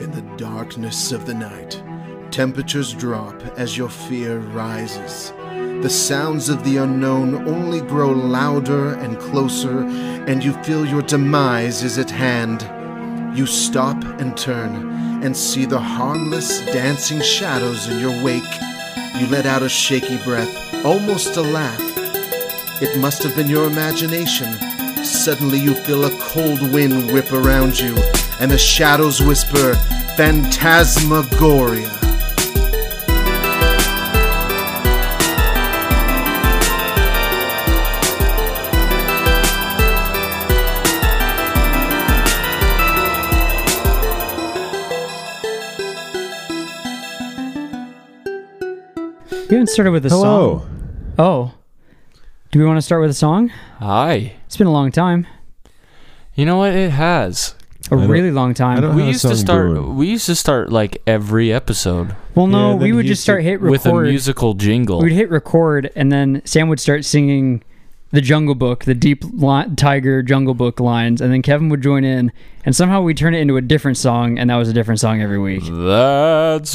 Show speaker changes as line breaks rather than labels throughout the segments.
In the darkness of the night, temperatures drop as your fear rises. The sounds of the unknown only grow louder and closer, and you feel your demise is at hand. You stop and turn and see the harmless, dancing shadows in your wake. You let out a shaky breath, almost a laugh. It must have been your imagination. Suddenly, you feel a cold wind whip around you, and the shadows whisper, Phantasmagoria.
You haven't started with a
Hello.
song. Oh. Do we want to start with a song?
Hi.
It's been a long time.
You know what? It has.
A
don't-
really long
I don't
time.
have
We
a
used to
song
start.
brewing.
We used to start like every episode
Well, no,
Yeah,
we
then
would
he
just start
took-
hit
with a
record.
musical jingle.
We'd hit record, and then Sam would start singing the Jungle Book, the Deep li- Tiger Jungle Book lines, and then Kevin would join in, and somehow we turn it into a different song, and that was a different song every week.
That's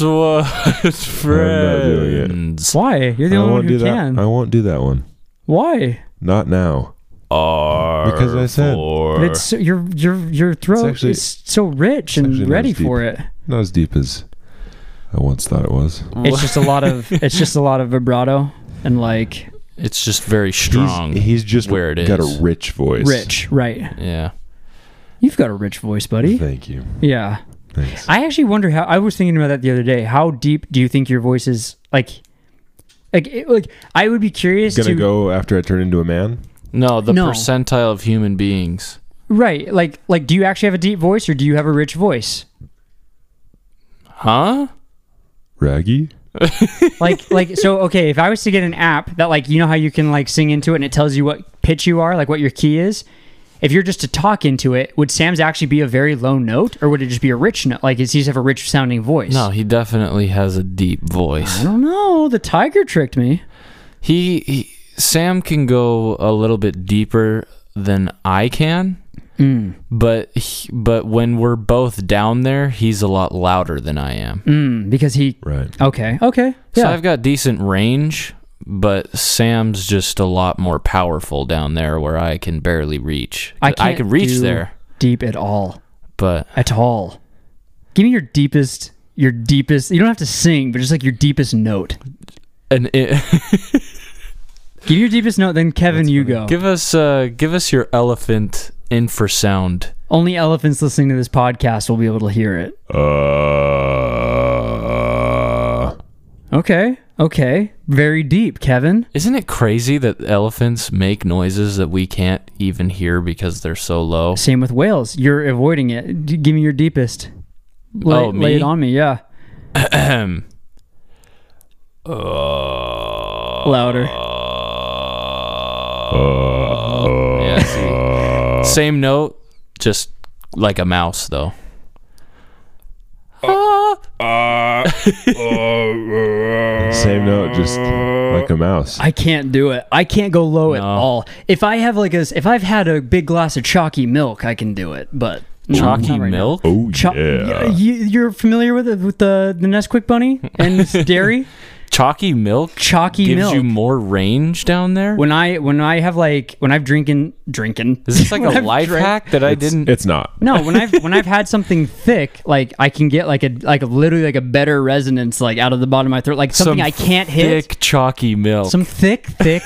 what
doing it.
friends
Why? You're the only
I
one
won't
who
do
can.
that. Uh, I won't do that one.
Why?
Not now.
are.
Because I said-
for.
But it's so, your your your throat
uh. actually-
is so rich
actually
and
not
ready
as deep.
for it.
Not as deep as I once thought it was.
It's just a lot of it's just a lot of vibrato and like
It's just very strong.
He's, he's just
where it
got
is.
a rich voice.
rich, right?
yeah.
You've got a rich voice, buddy.
Thank you.
Yeah.
Thanks.
I actually wonder how I was thinking about that the other day. How deep do you think your voice is like like it, like I would be curious
Gonna
to
go after I turn into a man?
No, the
No.
percentile of human beings.
Right. Like like do you actually have a deep voice or do you have a rich voice?
Huh?
Raggy?
Like like so okay, if I was to get an app that like you know how you can like sing into it and it tells you what pitch you are, like what your key is? If you're just to talk into it, would Sam's actually be a very low note or would it just be a rich note? Like does he just have a rich sounding voice?
No, he definitely has a deep
I
voice.
don't know. The tiger tricked me.
He, he Sam can go a little bit deeper than I can.
Mm.
But he, but when we're both down there, he's a lot louder than I am.
Mm, because he
Right.
Okay. Okay.
So
Yeah.
I've got decent range, but Sam's just a lot more powerful down there where I can barely reach.
I
I
can't
can reach
do
there,
deep at all.
but
At all. Give me your deepest your deepest you don't have to sing, but just like your deepest note.
and it,
Give your deepest note, then Kevin you go.
give us uh, give us your elephant infrasound.
Only elephants listening to this podcast will be able to hear it.
Uh,
Okay. Okay. Very deep, Kevin.
Isn't it crazy that elephants make noises that we can't even hear because they're so low?
Same with whales. You're avoiding it. D- give me your deepest. Lay,
Oh,
lay it
me?
on me, yeah. Louder.
Uh. Yeah, see. Same note, just like a mouse though.
Oh.
Same note, just like a mouse.
I can't do it. I can't go low at
No.
all. If I have like a, if I've had a big glass of chalky milk, I can do it. But no,
Chalky
not right now.
milk?
oh,
Cho-
yeah.
y- you, you're familiar with the, with the the Nesquik bunny and its dairy
Chalky milk?
chalky
gives
milk.
you more range down there.
when I when I have like when I've drinking drinking
Is this like
when
a
I've
life
drank-
hack that I
It's,
didn't?
it's not.
No, when I've when I've had something thick, like I can get like a like a, literally like a better resonance like out of the bottom of my throat, like something
Some
I can't hit.
thick chalky milk.
Some thick, thick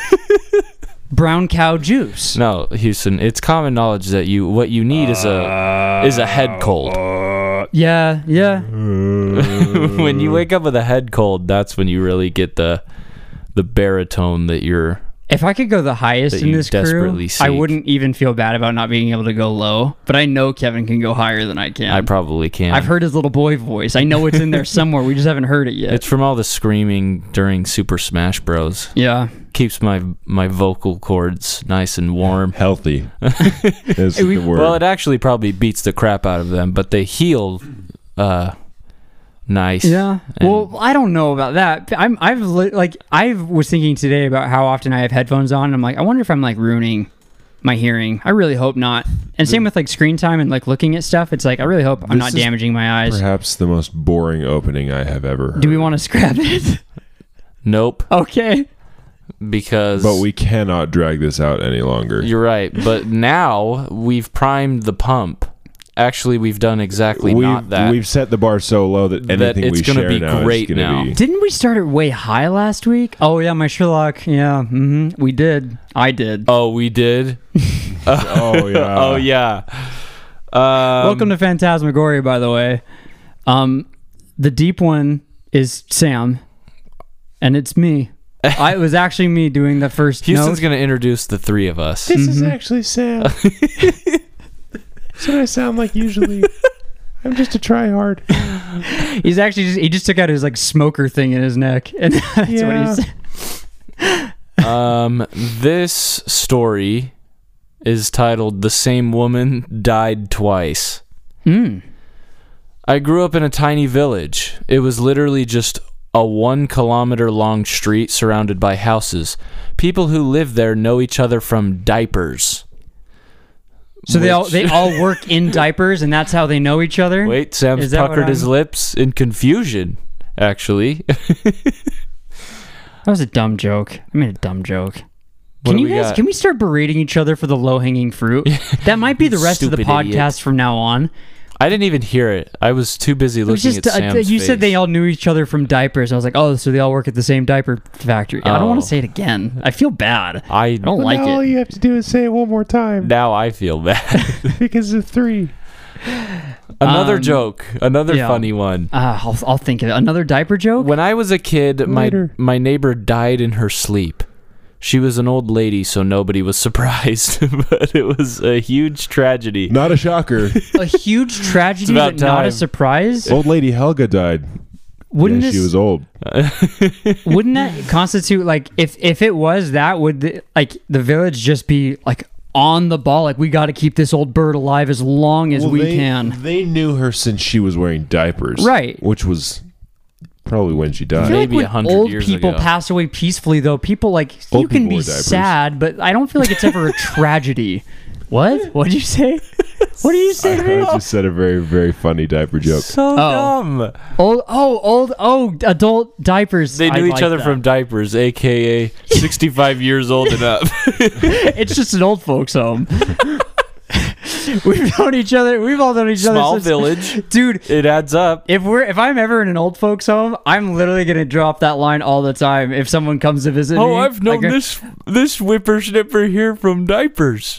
brown cow juice.
no, Houston. It's common knowledge that you what you need is a is a head cold.
Yeah, yeah.
when
Mm.
you wake up with a head cold, that's when you really get the the baritone that you're.
If I could go the highest
That
in
you
this crew,
desperately
I
seek.
wouldn't even feel bad about not being able to go low. But I know Kevin can go higher than I can.
Mm.
I probably can.
I've heard his little boy voice. I know it's in there somewhere. We just haven't heard it yet.
It's from all the screaming during Super Smash Bros.
yeah.
Keeps my my vocal cords nice and warm.
Healthy is
We-
the word.
Well, it actually probably beats the crap out of them, but they heal uh nice.
Yeah.
and-
well, I don't know about that. I'm I've li- like I was thinking today about how often I have headphones on. And I'm like, I wonder if I'm like ruining my hearing. I really hope not. And same with like screen time and like looking at stuff. It's like I really hope I'm
This
not
is
damaging my eyes.
Perhaps the most boring opening I have ever heard.
Do we want to scrap it?
Nope,
okay.
because
but we cannot drag this out any longer.
You're right, but now we've primed the pump. Actually, we've done exactly
we've,
not that.
we've set the bar so low that
That
anything
it's
we
gonna
share
be
now
great
is gonna
now.
be.
Didn't we start it way high last week? Oh yeah, my Sherlock. Yeah, hmm we did. I did.
oh, we did.
Oh yeah.
oh yeah. Um,
Welcome to Phantasmagoria, by the way. Um, the deep one is Sam, and it's me. I, it was actually me doing the first.
Houston's
note.
gonna introduce the three of us.
This
Mm-hmm.
is actually Sam. That's what I sound like usually. I'm just a tryhard.
He's actually just, he just took out his like smoker thing in his neck, and that's
Yeah.
what he's.
um, this story is titled "The Same Woman Died Twice."
Mm.
I grew up in a tiny village. It was literally just a one kilometer long street surrounded by houses. People who live there know each other from diapers.
So they all
Which-
they all work in diapers, and that's how they know each other.
Wait, Sam's
Is that what
puckered his
I'm-
lips in confusion, actually.
that was a dumb joke. I made a dumb joke. Can
do
you
we
guys?
got?
Can we start berating each other for the low hanging fruit? that might be the rest of the
Stupid
podcast
idiot.
from now on.
I didn't even hear it. I was too busy
It was
looking
just
at
uh,
Sam's
you said they
face.
all knew each other from diapers. I was like, oh, so they all work at the same diaper factory. I don't want
Oh.
to say it again. I feel bad. I
I
don't like
now all
it.
you have to do is say it one more time
Now I feel bad.
because of three.
another
Um,
joke. Another
yeah.
funny one.
Uh, I'll, I'll think of it. Another diaper joke.
When I was a kid, my
Later.
my neighbor died in her sleep. She was an old lady, so nobody was surprised, but it was a huge tragedy.
Not a shocker.
a huge tragedy,
about
but not a
time.
surprise.
old lady Helga died.
Wouldn't
yeah, she
this-
was old.
wouldn't that constitute like if if it was that would the, like the village just be like on the ball like we got to keep this old bird alive as long as
Well,
we
they,
can
They knew her since she was wearing diapers.
Right.
Which was probably when she
I
died.
feel
Maybe
like
100
when old
years
people
ago.
pass away peacefully though people like you
Old
can
people
be
wear diapers.
sad but i don't feel like it's ever a tragedy what what did you say what did you say to me
I just said a very, very funny diaper joke.
So
Oh.
dumb.
old oh old oh adult diapers
They
I
knew each
like
other
that.
from diapers, aka 65 years old and up.
it's just an old folks home we've known each other we've all known each
Small
other since,
village.
dude
It adds up.
if we're if I'm ever in an old folks home, I'm literally gonna drop that line all the time if someone comes to visit me.
Oh, I've known
Like,
this this whippersnipper here from diapers.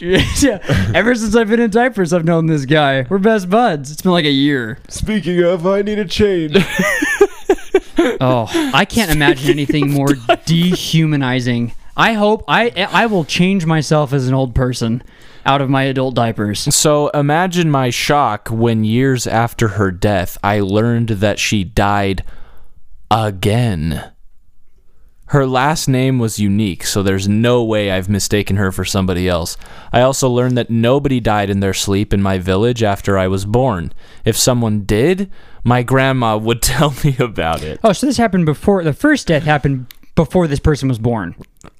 yeah, ever since I've been in diapers, I've known this guy. We're best buds. It's been like a year.
Speaking of, I need a change.
Oh, I can't imagine anything more dehumanizing. I hope I I will change myself as an old person out of my adult diapers.
So imagine my shock when years after her death, I learned that she died again. Her last name was unique, so there's no way I've mistaken her for somebody else. I also learned that nobody died in their sleep in my village after I was born. If someone did, my grandma would tell me about it.
Oh, so this happened before the first death happened before this person was born.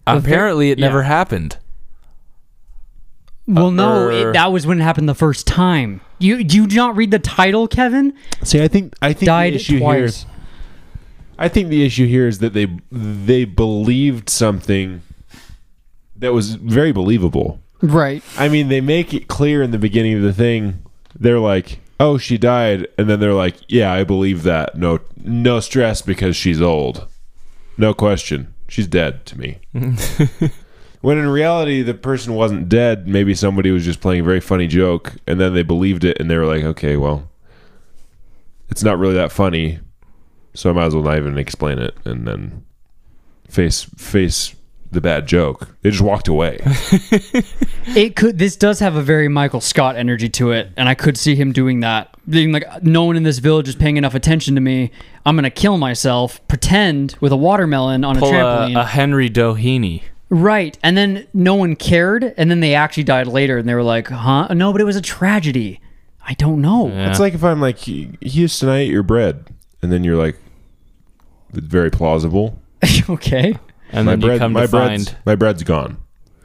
Apparently, it
yeah.
never happened.
Well, no, it,
er.
that was when it happened the first time. You do you not read the title, Kevin?
See, I think I think
Died
the issue
twice.
here. I think the issue here is that they they believed something that was very believable.
Right.
I mean, they make it clear in the beginning of the thing. They're like, "Oh, she died," and then they're like, "Yeah, I believe that. No, no stress because she's old. No question, she's dead to me." when in reality, the person wasn't dead. Maybe somebody was just playing a very funny joke, and then they believed it, and they were like, "Okay, well, it's not really that funny, so I might as well not even explain it." And then face face the bad joke. They just walked away.
It could. This does have a very Michael Scott energy to it, and I could see him doing that. Being like, no one in this village is paying enough attention to me. I'm gonna kill myself. Pretend with a watermelon on a
Pull a,
trampoline.
a Henry Doheny.
Right, and then no one cared, and then they actually died later, and they were like, huh? No, but it was a tragedy. I don't know.
It's like if I'm like, Houston, I ate your bread. And then you're like, very plausible.
okay.
And
my
then you
bread,
come
my
to
bread's,
find
my bread's gone.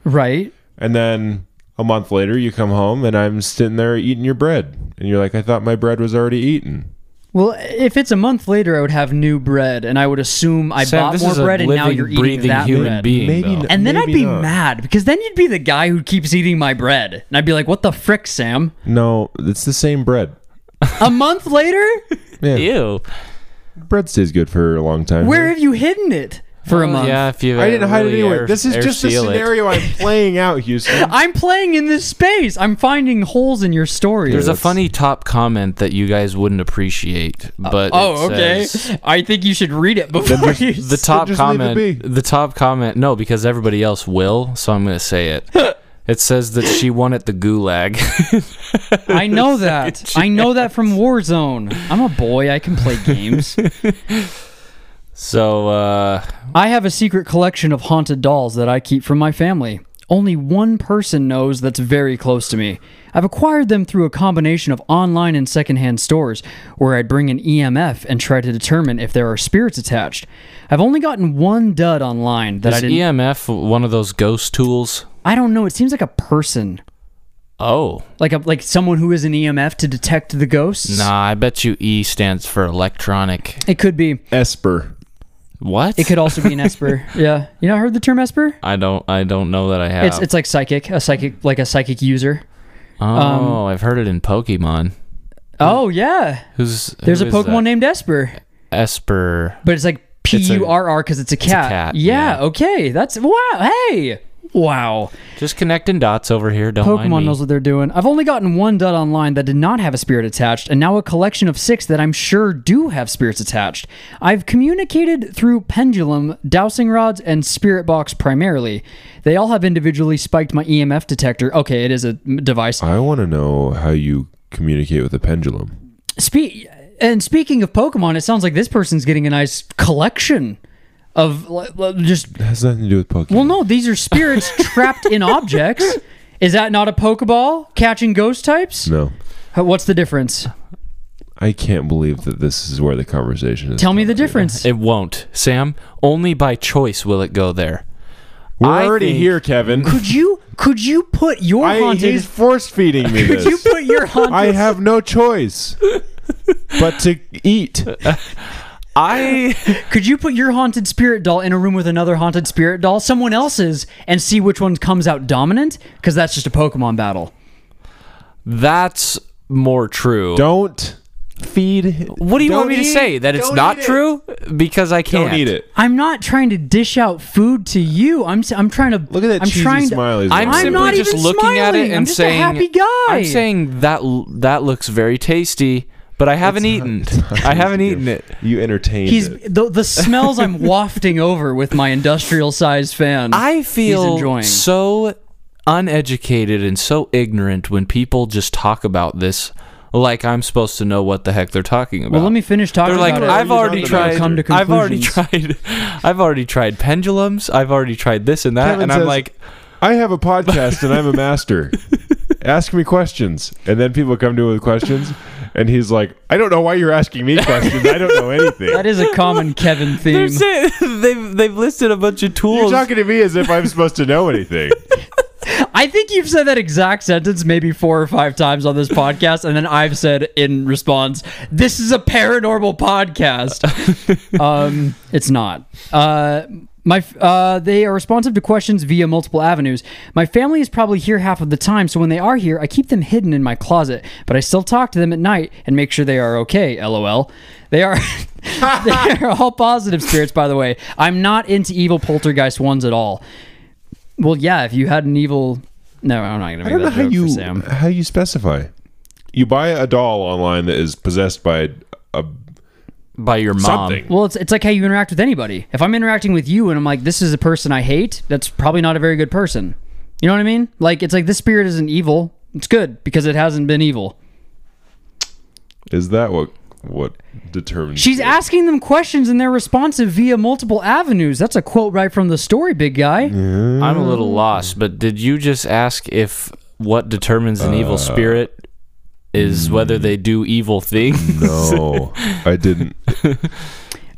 Right.
And then, a month later, you come home and I'm sitting there eating your bread. And you're like, I thought my bread was already eaten.
Well, if it's a month later, I would have new bread, and I would assume I
Sam,
bought
this
more
is a
bread, and now
living,
you're eating
breathing
that
human
bread.
being.
Maybe
though.
not.
And then I'd
Maybe
be
not.
mad because then you'd be the guy who keeps eating my bread, and I'd be like, "What the frick, Sam?
No, it's the same bread.
A month later,
Yeah,
Ew.
bread stays good for a long time.
where have you hidden it for a
Well,
month?"
Uh, Yeah, if you
I didn't hide it
really
anywhere.
air-
this is
air
just a
seal it.
scenario I'm playing out, Houston.
I'm playing in this space. I'm finding holes in your story.
There's a
that's-
funny top comment that you guys wouldn't appreciate, but
oh,
it
okay.
says-
I think you should read it before you.
the top
just leave it be.
comment the top comment no because everybody else will so i'm gonna say it it says that she won at the gulag
I know that. I know that from Warzone. I'm a boy. I can play games.
so uh
I have a secret collection of haunted dolls that I keep from my family. Only one person knows that's very close to me. I've acquired them through a combination of online and secondhand stores, where I'd bring an EMF and try to determine if there are spirits attached. I've only gotten one dud online that I
is
didn't.
emf one of those ghost tools
I don't know. It seems like a person,
oh
like a like someone who is an EMF to detect the ghosts.
nah i bet you e stands for electronic
It could be.
Esper.
what
It could also be an esper. yeah, you know, I heard the term esper.
i don't i don't know that i have
It's it's like psychic, a psychic, like a psychic user.
oh
um,
i've heard it in pokemon
Oh yeah,
who's
There's
who
a
is
Pokemon
that?
named Esper,
esper
but it's like P
It's a-
U R R because it's a cat.
cat,
yeah,
yeah.
Okay. That's wow. Hey. Wow.
just connecting dots over here don't mind
Pokemon
me.
knows what they're doing. I've only gotten one dud online that did not have a spirit attached, and now a collection of six that I'm sure do have spirits attached. I've communicated through pendulum, dowsing rods, and spirit box primarily. They all have individually spiked my EMF detector. Okay, it is a m- device.
I want to know how you communicate with a pendulum.
Spe- and speaking of Pokemon, it sounds like this person's getting a nice collection of li- li- just
It has nothing to do with Pokemon.
Well, no, these are spirits trapped in objects. Is that not a Pokeball catching ghost types?
No.
Uh, What's the difference?
I can't believe that this is where the conversation is.
Tell me the difference.
it won't sam only by choice will it go there
We're
I
already
think-
here, Kevin.
Could you could you put your
I,
haunted?
he's force feeding me
Could you
this.
put your haunted?
I have no choice but to eat.
i
Could you put your haunted spirit doll in a room with another haunted spirit doll, someone else's, and see which one comes out dominant? Because that's just a Pokemon battle.
That's more true.
Don't feed.
what do you
don't
want me to
eat-
say? That it's
don't
not
eat it.
true? Because I can't.
Don't eat it.
I'm not trying to dish out food to you. I'm s- I'm trying to
Look at that
I'm
cheesy
trying to,
smile he's
I'm,
wearing.
simply
not
just
even
looking at
smiling.
it and
I'm just a
saying,
happy guy.
I'm saying that l- that looks very tasty, but I haven't eaten. I haven't eaten it.
You entertained
He's
it.
the, the smells I'm wafting over with my industrial sized fan.
I feel
enjoying.
so uneducated and so ignorant when people just talk about this like I'm supposed to know what the heck they're talking about.
well, let me finish talking.
They're like,
about it.
I've already
the
tried.
Come to
I've already
conclusions."
tried. I've already tried pendulums. I've already tried this and that,
Kevin
and I'm
says-
like,
I have a podcast and I'm a master. Ask me questions. And then people come to him with questions. And he's like, I don't know why you're asking me questions. I don't know anything.
That is a common Kevin
they're
theme.
saying, they've they've listed a bunch of
You're
tools.
talking to me as if I'm supposed to know anything.
I think you've said that exact sentence maybe four or five times on this podcast, and then I've said in response, "This is a paranormal podcast." um, it's not. Uh, my f- uh, they are responsive to questions via multiple avenues. My family is probably here half of the time, so when they are here, I keep them hidden in my closet, but I still talk to them at night and make sure they are okay. LOL. They are. they are all positive spirits, by the way. I'm not into evil poltergeist ones at all. Well, yeah, if you had an evil. No, I'm not gonna
I
make
don't know
that
how
joke
you
for Sam.
how you specify. You buy a doll online that is possessed by a
by your mom.
something.
Well, it's it's like how you interact with anybody. If I'm interacting with you and I'm like, this is a person I hate, that's probably not a very good person. You know what I mean? Like, it's like this spirit isn't evil. It's good because it hasn't been evil.
Is that what what determines?
She's
it?
asking them questions and they're responsive via multiple avenues. That's a quote right from the story, big guy.
I'm a little lost, but did you just ask if what determines an
Uh,
evil spirit is whether they do evil things?
No, I didn't.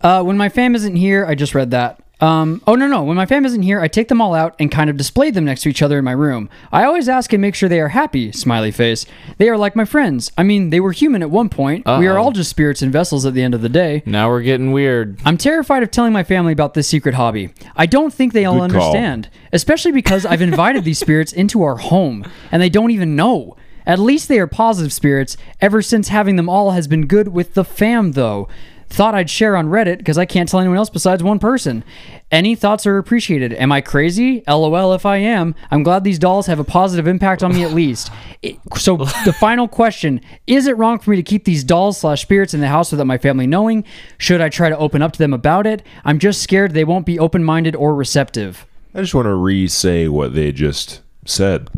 Uh, when my fam isn't here, I just read that. Um, oh no no! When my fam isn't here, I take them all out and kind of display them next to each other in my room. I always ask and make sure they are happy. Smiley face. They are like my friends. I mean, they were human at one point. We are
Uh-oh.
all just spirits and vessels at the end of the day.
Now we're getting weird.
I'm terrified of telling my family about this secret hobby. I don't think they all
Good call.
understand, especially because I've invited these spirits into our home and they don't even know. At least they are positive spirits. Ever since having them all has been good with the fam, though. Thought I'd share on Reddit because I can't tell anyone else besides one person. Any thoughts are appreciated. Am I crazy? LOL if I am. I'm glad these dolls have a positive impact on me at least. It- so the final question, is it wrong for me to keep these dolls slash spirits in the house without my family knowing? Should I try to open up to them about it? I'm just scared they won't be open-minded or receptive.
I just want to re say what they just said.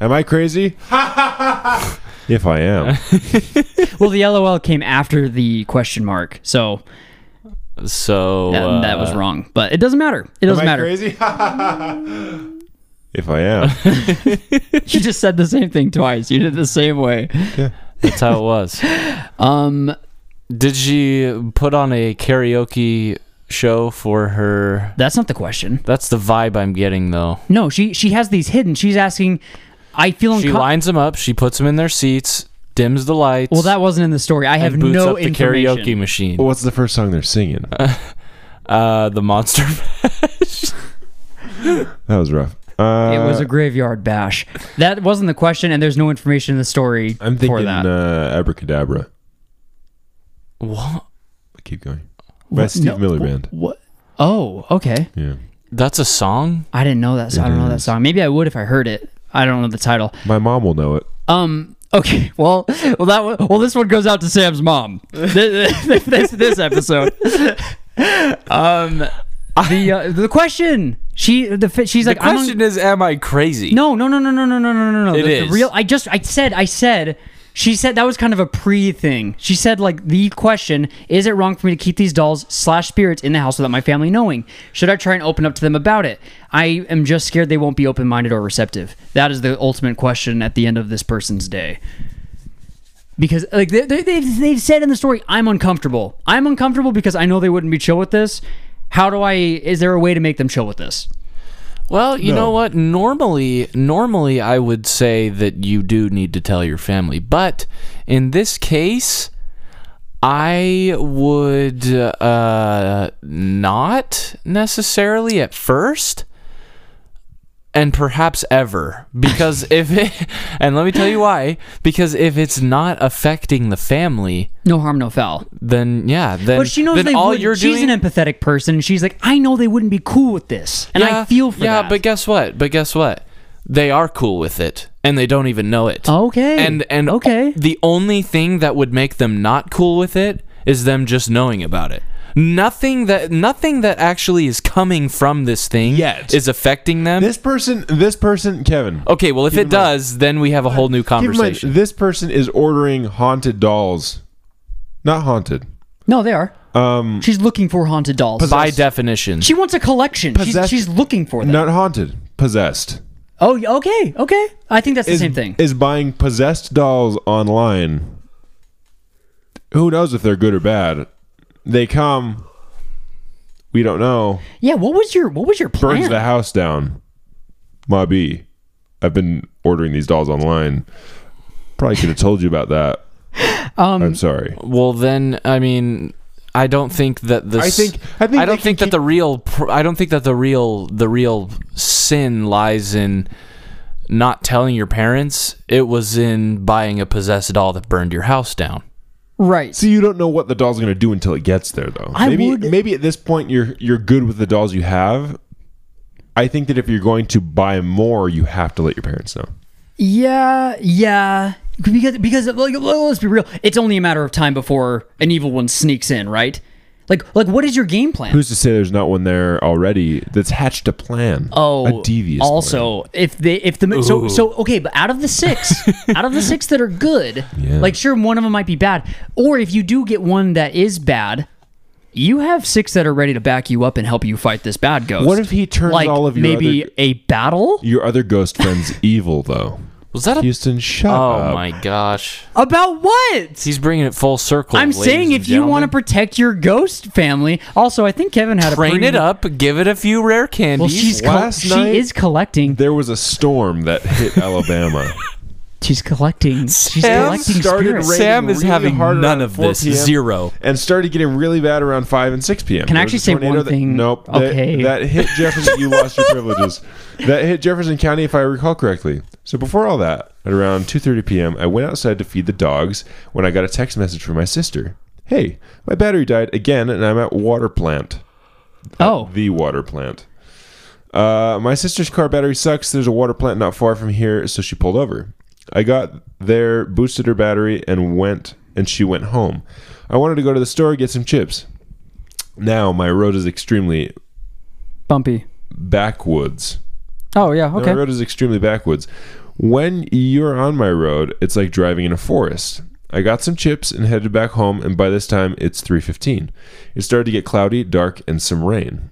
Am I crazy? if I am.
Well, the LOL came after the question mark. So
So
that,
uh,
that was wrong, but it doesn't matter. It doesn't
Am I
matter.
crazy? if I am.
You just said the same thing twice. You did it the same way.
That's how it was.
Um,
Did she put on a karaoke show for her?
that's not the question.
That's the vibe I'm getting though.
No, she she has these hidden. She's asking, I feel
She
uncomfortable.
lines them up. She puts them in their seats. Dims the lights.
Well, that wasn't in the story. I have
and boots
no
up the
information.
karaoke machine.
What's the first song they're singing?
Uh, the monster.
That was rough. Uh,
It was a graveyard bash. That wasn't the question, and there's no information in the story
I'm
for
thinking
that.
uh, Abracadabra.
what?
Keep going. By Steve
No.
Miller Band.
What? Oh, okay.
Yeah.
That's a song.
I didn't know that. So I don't know that song. Maybe I would if I heard it. I don't know the title.
My mom will know it.
Um. Okay. Well. Well. That. One, well. This one goes out to Sam's mom. this, this, this episode. Um. The uh, the question. She the fi- she's like
the
I don't-
question is, am I crazy?
No, no, no, no, no, no, no, no, no, no. the,
It
the
is.
real. I just. I said. I said. She said that was kind of a pre thing. She said like the question: Is it wrong for me to keep these dolls slash spirits in the house without my family knowing? Should I try and open up to them about it? I am just scared they won't be open minded or receptive. That is the ultimate question at the end of this person's day. Because like they, they, they've they've said in the story, I'm uncomfortable. I'm uncomfortable because I know they wouldn't be chill with this. How do I? Is there a way to make them chill with this?
Well, you know what? Normally, normally I would say that you do need to tell your family, but in this case, I would uh, not necessarily at first, and perhaps ever, because if it, and let me tell you why, because if it's not affecting the family,
No harm, no foul.
then yeah, then
But she knows
then
they
all
would.
you're
She's
doing
an empathetic person. She's like, I know they wouldn't be cool with this, and I feel for
yeah,
that.
but guess what? But guess what? They are cool with it, and they don't even know it.
okay,
And and
okay,
the only thing that would make them not cool with it is them just knowing about it. Nothing that nothing that actually is coming from this thing
Yet.
is affecting them.
This person, this person, Kevin.
okay, well if it does, then we have a whole new
Keep in mind,
conversation.
this person is ordering haunted dolls. Not haunted.
no, they are. Um, she's looking for haunted dolls.
By definition.
she wants a collection. She's,
Possessed-
she's looking for them.
Not haunted. Possessed.
Oh, y- okay, okay. I think that's the
is,
same thing.
Is buying possessed dolls online. Who knows if they're good or bad? They come. We don't know.
yeah. What was your What was your
Burns
plan?
the house down. Ma B. I've been ordering these dolls online. Probably could have told you about that.
Um,
I'm sorry.
well then, I mean I don't think that this
I think- I think
I don't
they can
think that
keep-
the real pr- I don't think that the real the real sin lies in not telling your parents. It was in buying a possessed doll that burned your house down.
right.
So you don't know what the doll's going to do until it gets there, though.
I
maybe
would-
maybe at this point you're you're good with the dolls you have. I think that if you're going to buy more, you have to let your parents know.
Yeah, yeah. Because because like well, let's be real, it's only a matter of time before an evil one sneaks in, right? Like like what is your game plan?
Who's to say there's not one there already that's hatched a plan?
Oh,
a devious.
Also, if they if the so so okay, but out of the six, out of the six that are good,
Yeah.
like sure, one of them might be bad, or if you do get one that is bad, you have six that are ready to back you up and help you fight this bad ghost.
What if he turns
like
all of your
maybe
other-
a battle?
Your other ghost friend's evil, though.
Was that a?
Houston, shut
Oh
up.
my gosh!
About what?
He's bringing it full circle.
I'm
ladies
saying
and
if you want to
gentlemen.
protect your ghost family. Also, I think Kevin had a
train
pretty,
it up, give it a few rare candies.
Well, she's col-
Last night-
she is collecting.
There was a storm that hit Alabama.
She's collecting. She's
Sam
collecting
started
spirits.
raining
Sam is
really
having
hard
none
around
of
4
this.
PM.
Zero.
and started getting really bad around 5 and 6 p.m.
Can I
There was
actually
a
say
tornado
one
that-
thing?
Nope. That,
Okay.
That hit Jefferson. you lost your privileges. That hit Jefferson County, if I recall correctly. So before all that, at around 2.30 p.m., I went outside to feed the dogs when I got a text message from my sister. Hey, my battery died again, and I'm at water plant.
Oh,
The water plant. Uh, my sister's car battery sucks. There's a water plant not far from here, so she pulled over. I got there, boosted her battery, and went, and she went home. I wanted to go to the store get some chips. Now my road is extremely
bumpy.
backwoods.
Oh yeah.
Now,
Okay.
My road is extremely backwoods. When you're on my road, it's like driving in a forest. I got some chips and headed back home, and by this time it's 3:15. It started to get cloudy, dark, and some rain.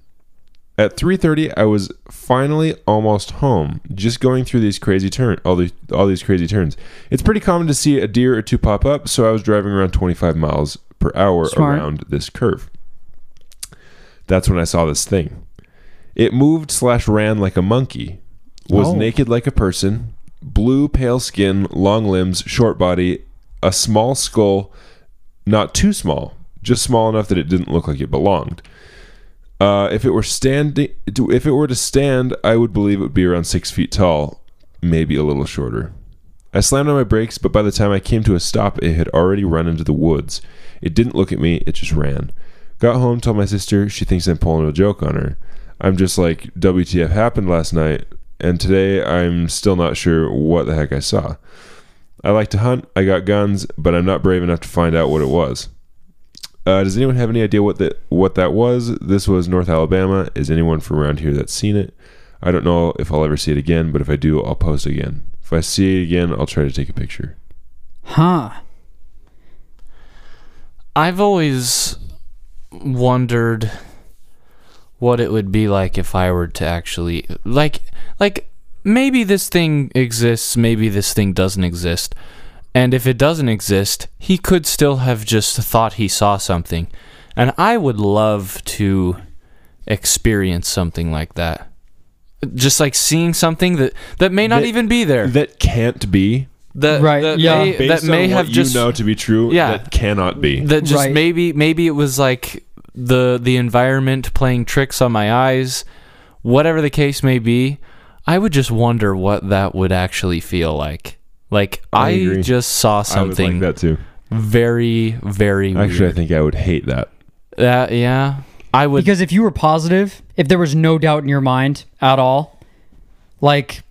At 3:30, I was finally almost home. Just going through these crazy turn, all these all these crazy turns. It's pretty common to see a deer or two pop up, so I was driving around 25 miles per hour
Smart.
around this curve. That's when I saw this thing. It moved slash ran like a monkey, was
Oh.
naked like a person, blue, pale skin, long limbs, short body, a small skull, not too small, just small enough that it didn't look like it belonged. Uh, if it were standing, if it were to stand, I would believe it would be around six feet tall, maybe a little shorter. I slammed on my brakes, but by the time I came to a stop, it had already run into the woods. It didn't look at me; it just ran. Got home, told my sister. She thinks I'm pulling a joke on her. I'm just like, WTF happened last night, and today I'm still not sure what the heck I saw. I like to hunt. I got guns, but I'm not brave enough to find out what it was. Uh, does anyone have any idea what that what that was? This was North Alabama. Is anyone from around here that's seen it? I don't know if I'll ever see it again, but if I do, I'll post again. If I see it again, I'll try to take a picture.
Huh.
I've always wondered what it would be like if I were to actually like like maybe this thing exists, maybe this thing doesn't exist. And if it doesn't exist, he could still have just thought he saw something. And I would love to experience something like that. Just like seeing something that that may not
That-
even be there.
That can't be.
That
Right,
that
yeah.
may, that
Based
may
on
have
what
just
you know to be true,
Yeah.
that cannot be.
that just
Right.
maybe maybe it was like the the environment playing tricks on my eyes whatever the case may be i would just wonder what that would actually feel like like
I
i,
agree.
just
I
saw
would like
something
that too.
very very
Actually, I
weird.
think I would hate that.
that yeah i would
Because if you were positive, if there was no doubt in your mind at all, like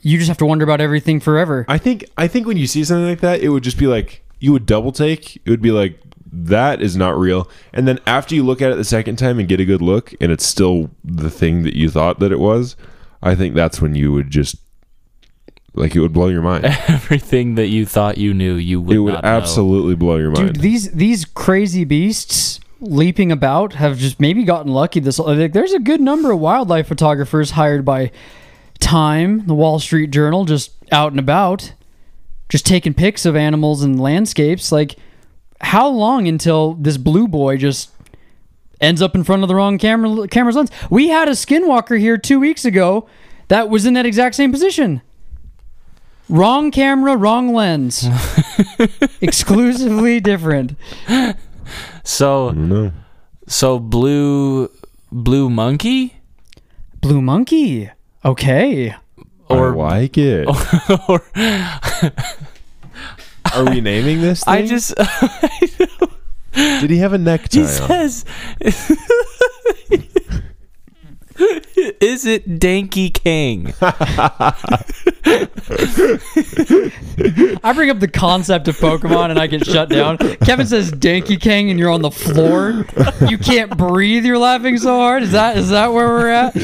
you just have to wonder about everything forever.
I think I think when you see something like that, it would just be like you would double take. It would be like that is not real. And then after you look at it the second time and get a good look, and it's still the thing that you thought that it was, I think that's when you would just like it would blow your mind.
everything that you thought you knew you would
it would
not know.
absolutely blow your mind.
Dude, these these crazy beasts leaping about have just maybe gotten lucky this like there's a good number of wildlife photographers hired by Time, the Wall Street Journal, just out and about, just taking pics of animals and landscapes. Like how long until this blue boy just ends up in front of the wrong camera camera's lens? We had a skinwalker here 2 weeks ago that was in that exact same position. Wrong camera, wrong lens. Exclusively different.
so
no.
so blue blue monkey
Blue Monkey. Okay.
Or
or-
like it.
or
Are we naming this thing?
i just
Did he have a necktie
He
on?
says, "Is it Danky Kang?"
I bring up the concept of Pokemon and I get shut down. Kevin says Danky Kang and you're on the floor. You can't breathe. You're laughing so hard. Is that is that where we're at?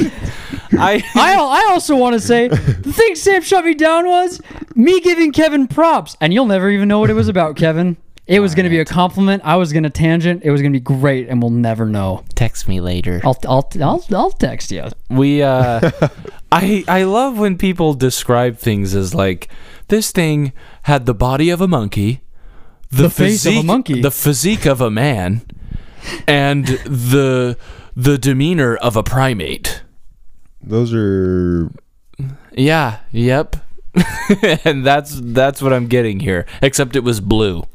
I
I, al- I also want to say the thing Sam shut me down was me giving Kevin props, and you'll never even know what it was about, Kevin. It was going to be a compliment. I was going to tangent. It was going to be great, and we'll never know.
text me later.
I'll I'll I'll, I'll text you.
We uh, I I love when people describe things as like This thing had the body of a monkey, the,
face of a monkey.
the physique of a man, and the the demeanor of a primate.
Those are
Yeah. Yep. and that's that's what I'm getting here. Except it was blue.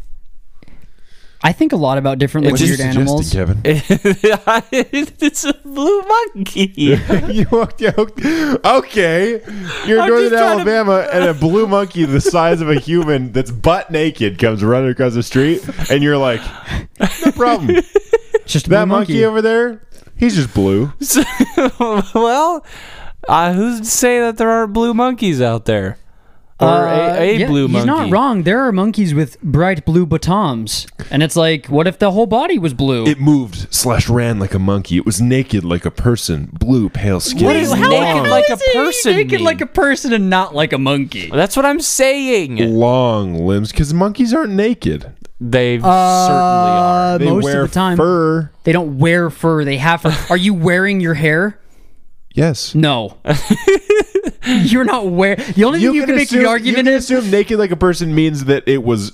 I think a lot about different
It
like,
just
weird animals.
Kevin.
it's a blue monkey.
you walked out. Okay, you're in
I'm
northern
just trying to-
Alabama, and a blue monkey the size of a human that's butt naked comes running across the street, and you're like, no problem.
It's just a
That
blue
monkey. over there, he's just blue.
So- well, uh, who's to say that there aren't blue monkeys out there? Or
Uh,
a, a
yeah,
blue
He's
monkey.
not wrong. There are monkeys with bright blue bottoms, and it's like, what if the whole body was blue?
It moved slash ran like a monkey. It was naked like a person. Blue, pale skin.
What is
how,
naked like a
is he
person
Naked
mean?
like a person and not like a
Uh,
monkey.
That's what I'm saying.
long limbs? Because monkeys aren't naked.
They certainly
Uh,
are.
They
most
wear
of the time,
fur.
they don't wear fur. They have fur. Are you wearing your hair?
Yes.
No. You're not wearing. The only thing you can, make
assume,
the argument
you can
is
assume naked like a person means that it was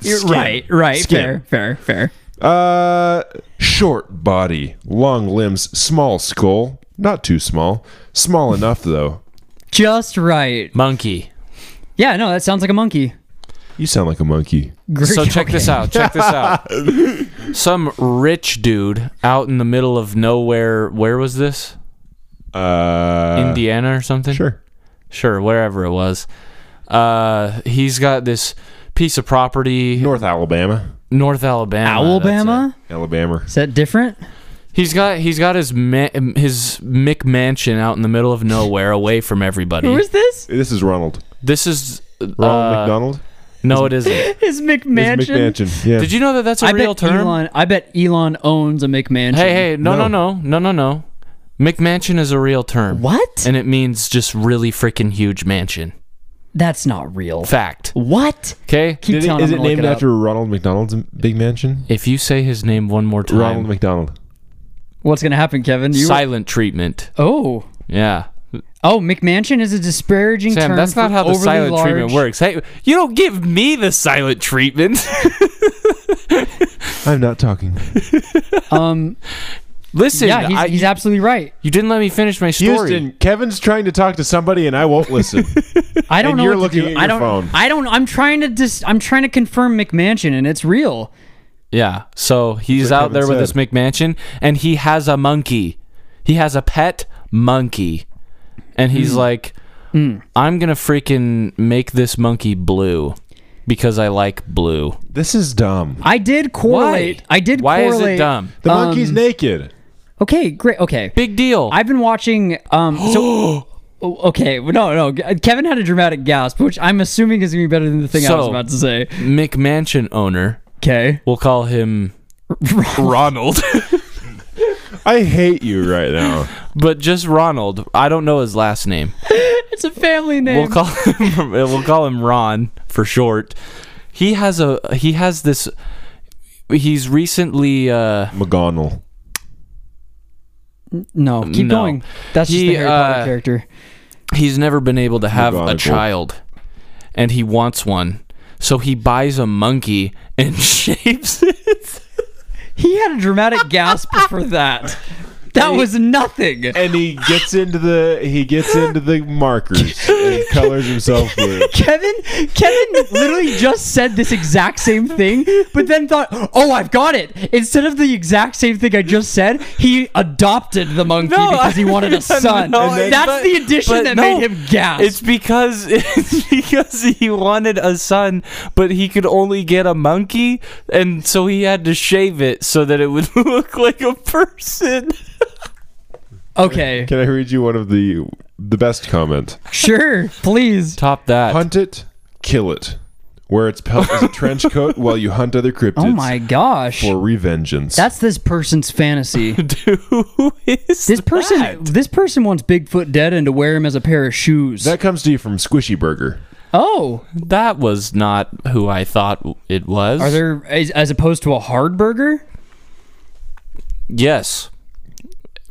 You're
skin.
right, right,
Skin.
fair, fair, fair.
Uh, short body, long limbs, small skull. Not too small. Small enough though.
Just right.
Monkey.
Yeah, no, that sounds like a monkey.
You sound like a monkey.
Great.
So check this
okay.
out. Check this out. Some rich dude out in the middle of nowhere. Where was this?
Uh,
Indiana or something?
Sure.
Sure, wherever it was. Uh, he's got this piece of property,
North
North,
Alabama,
Alabama. that's it.
Alabama?
Alabama.
Is that different?
He's got he's got his ma- his McMansion out in the middle of nowhere, away from everybody.
Who is this?
This is Ronald.
this is uh,
Ronald McDonald.
No, it isn't.
His McMansion.
It's McMansion. Yeah.
Did you know that that's a
I
real
bet
term?
Elon. I bet Elon owns a McMansion.
hey, hey, no, no, no, no, no, no. McMansion is a real term.
What?
And it means just really freaking huge mansion.
That's not real.
Fact.
What?
Okay.
Keep
Did it-
telling
is
him
it
to look
named
it up.
after Ronald McDonald's big mansion?
If you say his name one more time,
Ronald McDonald.
What's gonna happen, Kevin? You
silent treatment.
oh.
Yeah.
Oh, McMansion is a disparaging
Sam,
term.
that's not
for
how the
overly
silent
large-
treatment works. Hey, you don't give me the silent treatment.
I'm not talking.
Um,
Listen,
yeah, he's,
I-
he's absolutely right.
you didn't let me finish my story.
Houston, Kevin's trying to talk to somebody and I won't listen.
I don't
And
know.
you're
what to
looking
do.
at
I
your
don't.
phone.
I don't. I'm trying to dis. I'm trying to confirm McMansion, and it's real.
Yeah. So he's
what
out
Kevin
there with his
said.
McMansion and he has a monkey. He has a pet monkey. And
Hmm.
he's like,
Hmm.
I'm going to freaking make this monkey blue because I like blue.
this is dumb.
I did correlate.
Why?
I did.
Why is it
correlate-
dumb?
The
Um,
monkey's naked.
Okay, great. Okay,
Big deal.
I've been watching. Um, so Oh, okay, no, no. Kevin had a dramatic gasp, which I'm assuming is gonna be better than the thing I was
So-
about to say.
McMansion owner.
Okay,
We'll call him Ronald.
I hate you right now.
but just Ronald. I don't know his last name.
it's a family name.
We'll call him we'll call him Ron for short. He has a he has this he's recently uh
McGonnell.
no, keep
No.
going. That's just
He,
the Harry Potter
uh,
character.
he's never been able to have a
McGonagall.
child and he wants one so he buys a monkey and shapes it
He had a dramatic gasp for that. That was nothing.
And he gets into the he gets into the markers and colors himself blue.
Kevin, Kevin literally just said this exact same thing, but then thought, "Oh, I've got it!" Instead of the exact same thing I just said, he adopted the monkey
No,
because he wanted a son.
No,
And then- That's
but-
the addition
but
that
no,
made him gasp.
it's because it's because he wanted a son but he could only get a monkey and so he had to shave it so that it would look like a person
okay,
Can I read you one of the the best comment?
sure, please.
top that
Hunt it, kill it. Wear its pelt as a trench coat while you hunt other cryptids
Oh my gosh,
for revengeance.
that's this person's fantasy.
dude who is
This person, this person wants Bigfoot dead and to wear him as a pair of shoes.
that comes to you from Squishy Burger.
oh,
that was not who i thought it was
are there as, as opposed to a hard burger?
yes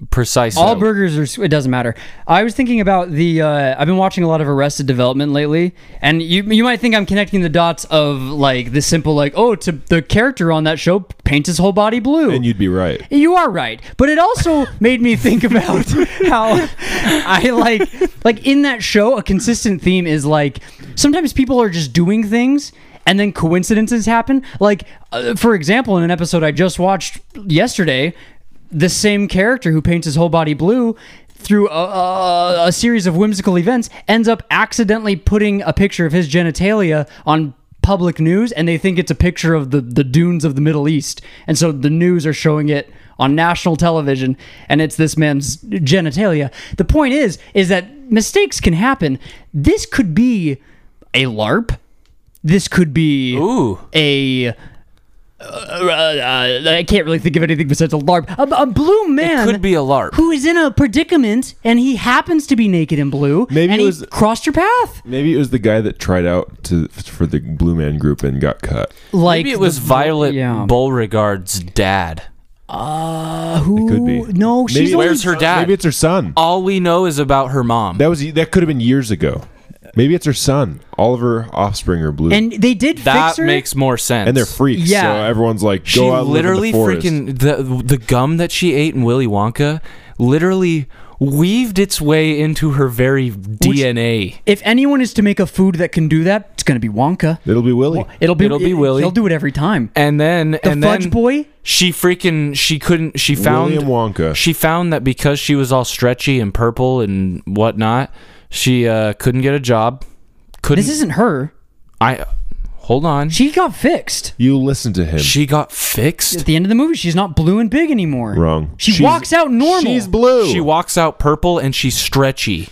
precise.
All burgers are. sw- It doesn't matter. I was thinking about the. Uh, I've been watching a lot of Arrested Development lately, and you you might think I'm connecting the dots of like the simple like oh to the character on that show paints his whole body blue.
And you'd be right.
You are right, but it also made me think about how I like like in that show a consistent theme is like sometimes people are just doing things and then coincidences happen. Like uh, for example, in an episode I just watched yesterday, the same character who paints his whole body blue through a, a, a series of whimsical events ends up accidentally putting a picture of his genitalia on public news and they think it's a picture of the, the dunes of the Middle East. And so the news are showing it on national television and it's this man's genitalia. The point is is that mistakes can happen. This could be a LARP. This could be
Ooh.
a uh, uh, I can't really think of anything besides a LARP. A, a blue man
could be a LARP.
who is in a predicament and he happens to be naked in blue.
Maybe
and
it
he
was-
crossed your path.
Maybe it was the guy that tried out to for the Blue Man Group and got cut.
Like
Maybe it was
the-
Violet
yeah.
Beauregard's dad.
Who?
Could be.
No,
Maybe-
she's
Where's
only-
her dad?
Maybe it's her son.
All we know is about her mom.
That was that could have been years ago. Maybe it's her son. All of her offspring are blue, and,
And they did
that
fix her.
makes more sense.
they're freaks. So
Yeah.
everyone's like, go
She
out. and live in the
literally
forest.
freaking the the gum that she ate in Willy Wonka literally weaved its way into her very DNA.
if anyone is to make a food that can do that, it's gonna be Wonka.
It'll be Willy.
It'll be
It'll be
it-
Willy.
He'll do it every time.
And then
The
and
fudge
then
boy.
she freaking she couldn't she found
William Wonka.
she found that because she was all stretchy and purple and whatnot, she uh, couldn't get a job. Couldn't
This isn't her.
I hold on. She,
She got fixed.
you listen to him.
got
At
fixed.
the end of the movie, she's not blue and big anymore.
Wrong.
She
She's-
walks out normal.
She's blue.
She walks out purple and she's stretchy.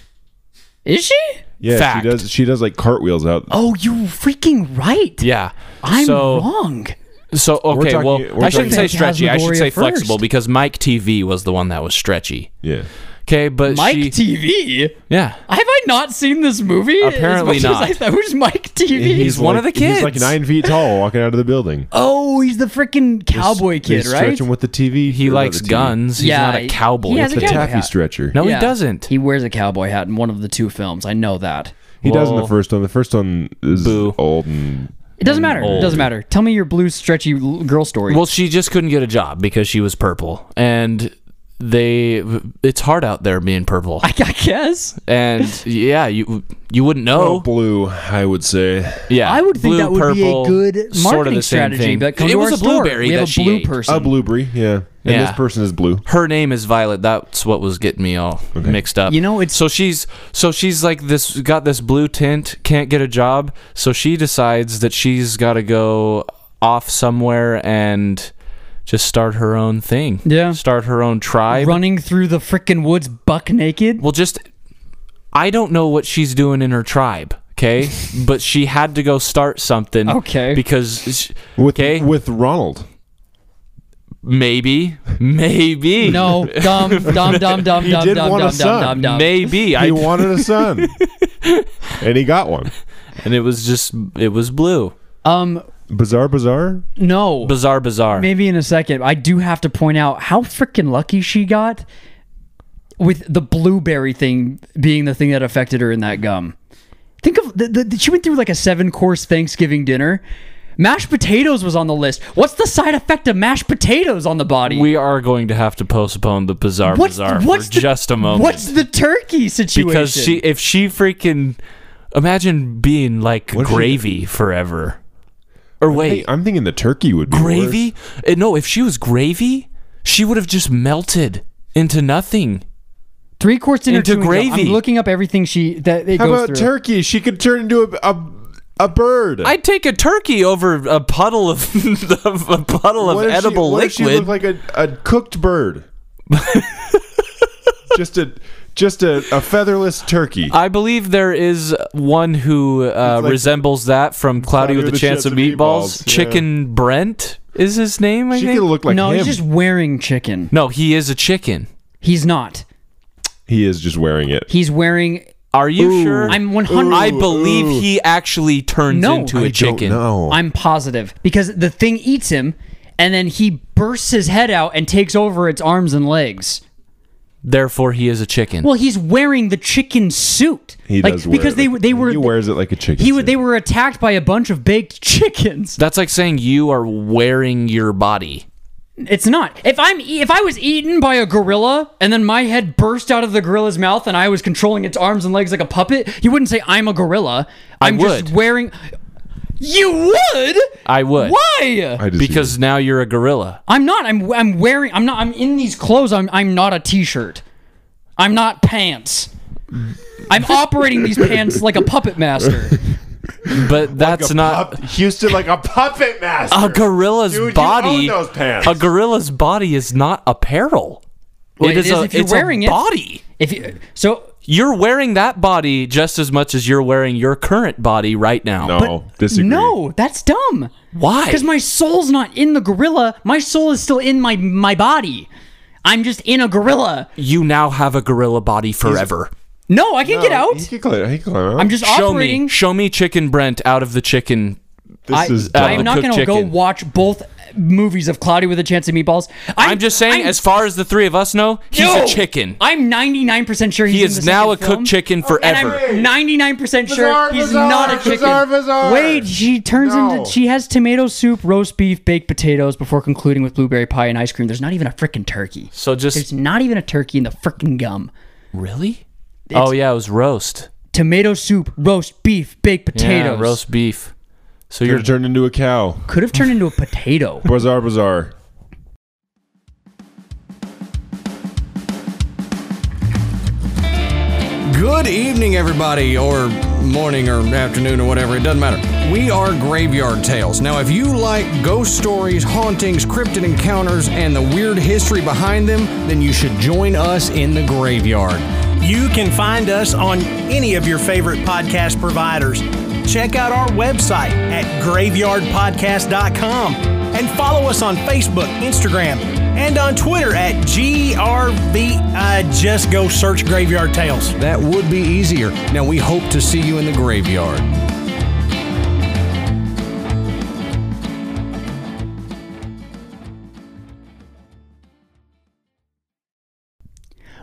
Is she?
yeah,
fact.
she does. She does like cartwheels out.
Oh, you freaking right.
Yeah.
I'm
so,
wrong.
So okay,
talking-
well
we're
I shouldn't say
talking
stretchy. I should say
Phantasmagoria
flexible
first.
because Mike TV was the one that was stretchy.
Yeah.
Okay, but
Mike
she,
TV.
yeah,
Have I not seen this movie? As
Apparently
much as
not.
I thought- who's Mike TV?
He's one of
like-
the
He's like
kids.
nine feet tall, walking out of the building.
oh, he's the freaking cowboy kid,
He's
right?
Stretching with the TV.
he
or not
likes
the TV.
guns. He's
Yeah,
not a
he-
cowboy.
he has
The
Yeah,
taffy
yeah.
stretcher.
no,
Yeah.
he doesn't.
He wears a cowboy hat in one of the two films. I know that.
he does in the
Well,
first one. The first one is
Boo.
old and
It doesn't matter.
old.
It doesn't matter. Tell me your blue stretchy l- girl story.
Well, she just couldn't get a job because she was purple, and they it's hard out there being purple.
I, I guess.
And yeah, you you wouldn't know.
blue. I would say
Yeah,
I would think
blue,
that would be a
purple,
good
sort of
marketing
the same
strategy,
Thing.
but come
it
to
was
our
a
store.
blueberry
We
that
have a
she
blue
ate.
person.
a blueberry. Yeah, and
Yeah.
this person is blue.
her name is Violet. That's what was getting me all mixed up.
You know, it's-
so she's so she's like this got this blue tint, can't get a job, so she decides that she's got to go off somewhere and just start her own thing.
Yeah.
start her own tribe.
Running through the freaking woods buck naked.
Well, just I don't know what she's doing in her tribe. Okay, but she had to go start something.
Okay.
because she,
With
okay,
with Ronald.
maybe, maybe
No, dumb, dumb, dumb, dumb,
He
dumb,
did
dumb,
want a
dumb,
son.
dumb, dumb, dumb.
maybe. I
He wanted a son, and he got one.
and it was just it was blue.
Um,
Bizarre, bizarre.
no.
Bizarre, bizarre.
Maybe in a second. I do have to point out how freaking lucky she got with the blueberry thing being the thing that affected her in that gum. Think of the, the, she went through like a seven course Thanksgiving dinner. Mashed potatoes was on the list. What's the side effect of mashed potatoes on the body?
We are going to have to postpone the bizarre,
what's
bizarre
what's
for
the,
just a moment.
What's the turkey situation?
because she if she freaking imagine being like
if she-
gravy forever. Or wait,
Hey, I'm thinking the turkey would be
gravy?
worse.
Uh, No, if she was gravy, she would have just melted into nothing.
three course dinner
into
two and go. I'm
gravy.
looking up everything she that it
How
goes
about
through.
turkey? She could turn into a a, a bird.
I'd take a turkey over a puddle of of a puddle of
if she-
edible
what if she
liquid.
looked like a, a cooked bird. just a just a, a featherless turkey.
I believe there is one who uh,
It's like-
resembles that from Cloudy with a Chance of Meatballs.
Meatballs, yeah.
Chicken Brent is his name, I
she
think.
could look like
no,
him.
he's just wearing chicken.
no, he is a chicken.
He's not.
he is just wearing it.
He's wearing.
Are you sure?
I'm 100.
I believe he actually turns
No,
into
I
a
don't
chicken.
No,
I'm positive because the thing eats him, and then he bursts his head out and takes over its arms and legs.
Therefore, he is a chicken.
Well, he's wearing the chicken suit.
He
like,
does wear
because
it
they
like-
they were
he wears it like a chicken.
he would
suit.
they were attacked by a bunch of baked chickens.
That's like saying you are wearing your body.
It's not. If I'm e- if I was eaten by a gorilla and then my head burst out of the gorilla's mouth and I was controlling its arms and legs like a puppet, you wouldn't say I'm a gorilla.
I
I'm
would.
just wearing. You would.
I would.
Why?
I disagree.
Because now you're a gorilla.
I'm not. I'm. I'm wearing. I'm not. I'm in these clothes. I'm. I'm not a t-shirt. I'm not pants. I'm operating these pants like a puppet master.
But that's not
Pup- Houston like a puppet master.
a gorilla's
Dude, you
body.
own those pants.
A gorilla's body is not apparel.
Well, it is if you're
it's a
wearing it.
body.
If you, so,
You're wearing that body just as much as you're wearing your current body right now.
no, disagree.
no, that's dumb.
Why?
Because my soul's not in the gorilla. My soul is still in my my body. I'm just in a gorilla.
you now have a gorilla body forever.
No, I can't get out.
He can clear. He can clear.
I'm just
Show
operating.
me, show me Chicken Brent out of the chicken.
This
I,
is
I
dumb.
am not
Cooked
going to go
chicken.
watch both movies of Cloudy with a Chance of Meatballs.
I'm, just saying,
I'm-
as far as the three of us know, he's
No!
a chicken.
I'm 99% sure he's
He
in the
is now
second
a
film,
cooked chicken
And I'm
forever.
99% sure
Bizarre,
he's
bizarre,
not a chicken.
bizarre, bizarre.
Wait, she turns
No.
into she has tomato soup, roast beef, baked potatoes before concluding with blueberry pie and ice cream. There's not even a freaking turkey.
So just
There's not even a turkey in the freaking gum.
really? oh yeah, it was roast.
Tomato soup, roast beef, baked potatoes.
Yeah, roast beef. So
You're
you're
turned into a cow.
Could have turned into a potato.
Bizarre, bizarre.
Good evening, everybody, or morning or afternoon or whatever, it doesn't matter. We are Graveyard Tales. Now, if you like ghost stories, hauntings, cryptid encounters, and the weird history behind them, then you should join us in the graveyard.
You can find us on any of your favorite podcast providers. Check out our website at graveyardpodcast.com and follow us on Facebook, Instagram, and on Twitter at GRV. Uh, just go search Graveyard Tales.
That would be easier. Now, we hope to see you in the graveyard.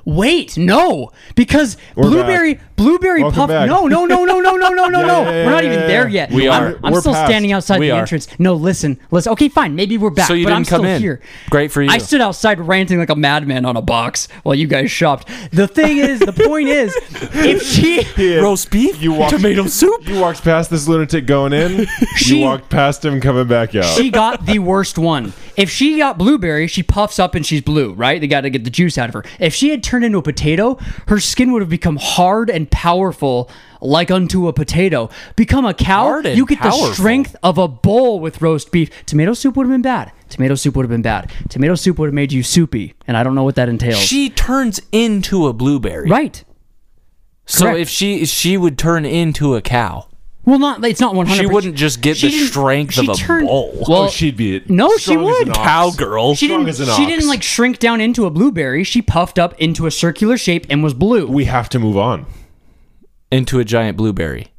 Wait, no, because
We're
blueberry blueberry
Welcome
puff.
back.
No, no, no, no, no, no, no, no,
Yeah,
no.
yeah, yeah,
We're not
yeah,
even
yeah.
there yet.
We
I'm,
are.
I'm
We're
still
past.
standing outside
We
the
are.
entrance. No, listen, listen. Okay, fine. Maybe we're back,
So you
but I'm
didn't come
still
in.
here.
Great for you.
I stood outside ranting like a madman on a box while you guys shopped. The thing is, the point is, if she
roast beef.
You walked-
tomato soup.
You walked past this lunatic going in.
She-
you walked past him coming back out.
she got the worst one. If she got blueberry, she puffs up and she's blue, right? They got to get the juice out of her. If she had turned into a potato, her skin would have become hard and powerful, like unto a potato. Become a cow,
Hard and
you get
powerful.
the strength of a bull with roast beef. Tomato soup would have been bad. Tomato soup would have been bad. Tomato soup would have made you soupy, and I don't know what that entails.
She turns into a blueberry.
right?
So
correct.
if she she would turn into a cow.
Well, not it's not one hundred.
She wouldn't just get the strength of a bull.
Well,
oh, she'd be
No, she
strong as an
would.
ox.
Cowgirl.
She
Strong
didn't.
as an
She didn't
ox.
like shrink down into a blueberry. She puffed up into a circular shape and was blue.
We have to move on.
into a giant blueberry.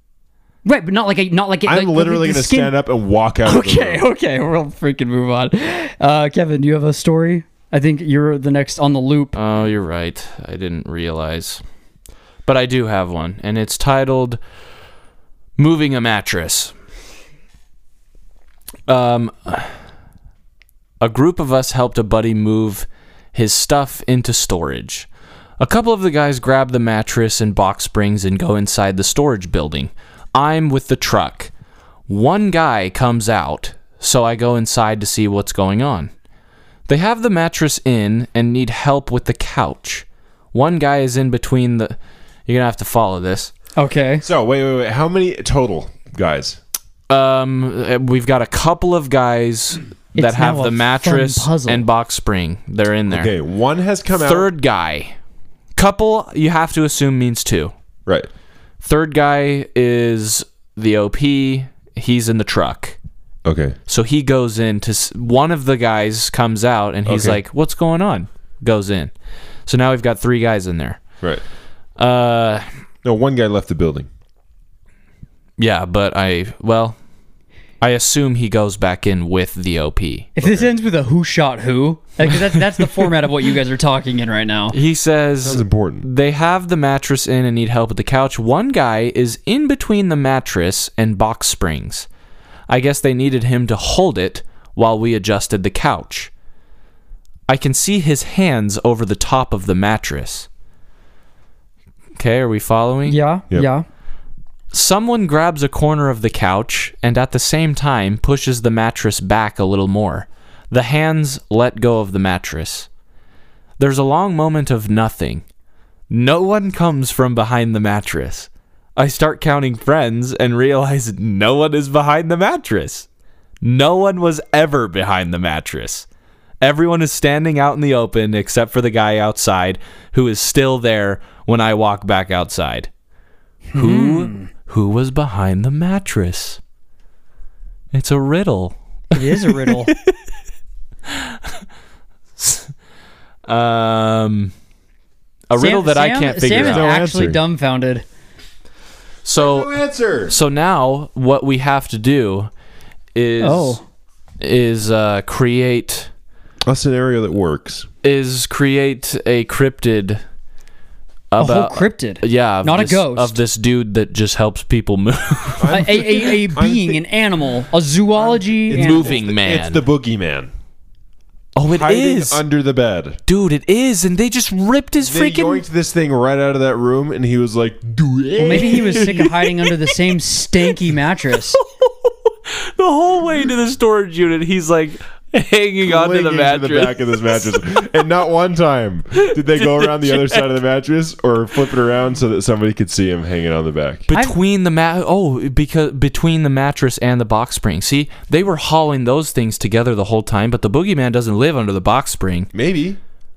right, but not like a not like. a-
I'm
like,
literally going to stand up and walk out.
Okay,
Of the room.
okay, we'll freaking move on. Uh, Kevin, do you have a story? I think you're the next on the loop.
Oh, you're right. I didn't realize. But I do have one, and it's titled Moving a Mattress. Um, a group of us helped a buddy move his stuff into storage. A couple of the guys grab the mattress and box springs and go inside the storage building. I'm with the truck. One guy comes out, so I go inside to see what's going on. They have the mattress in and need help with the couch. One guy is in between the. You're gonna have to follow this.
Okay,
So wait, wait, wait. How many total guys?
Um, uh, we've got a couple of guys that
It's
have
now a
the
fun
mattress
puzzle.
and box spring. They're in there.
Okay, one has come out.
Third guy, couple you have to assume means two.
Right.
Third guy is the OP. He's in the truck.
Okay.
So he goes in to s- one of the guys comes out and he's
Okay.
like, "What's going on?" Goes in. So now we've got three guys in there.
Right.
Uh,
No, one guy left the building.
Yeah, but I well, I assume he goes back in with the OP.
If this ends with a who shot who, like, 'cause that's that's the format of what you guys are talking in right now.
He
That's
says
important.
they have the mattress in and need help with the couch. One guy is in between the mattress and box springs. I guess they needed him to hold it while we adjusted the couch. I can see his hands over the top of the mattress. Okay, are we following?
Yeah,
Yep.
yeah.
Someone grabs a corner of the couch and at the same time pushes the mattress back a little more. The hands let go of the mattress. There's a long moment of nothing. No one comes from behind the mattress. I start counting friends and realize no one is behind the mattress. No one was ever behind the mattress. Everyone is standing out in the open except for the guy outside who is still there when I walk back outside. Who who was behind the mattress? It's a riddle.
It is a riddle.
Um a riddle that I can't figure
Sam is
out.
No
actually
answer.
dumbfounded.
So
answer.
so now what we have to do is
Oh.
is uh create
A scenario that works.
is create a cryptid
A whole
about
cryptid.
yeah, of
Not a
this-
ghost.
of this dude that just helps people move.
a, a, a, a being, an animal, a zoology.
It's
animal.
moving man.
It's the boogeyman.
oh, it
Hiding
is,
under the bed.
dude! It is, and they just ripped his
They
freaking
yoinked this thing right out of that room, and he was like, "Do it."
Maybe he was sick of hiding under the same stanky mattress.
the whole way to the storage unit. He's like hanging onto the
clinging to
mattress.
the back of this mattress. and not one time did they go around the other side of the mattress or flip it around so that somebody could see him hanging on the back.
between the mat oh because between the mattress and the box spring see they were hauling those things together the whole time but the boogeyman doesn't live under the box spring
Maybe.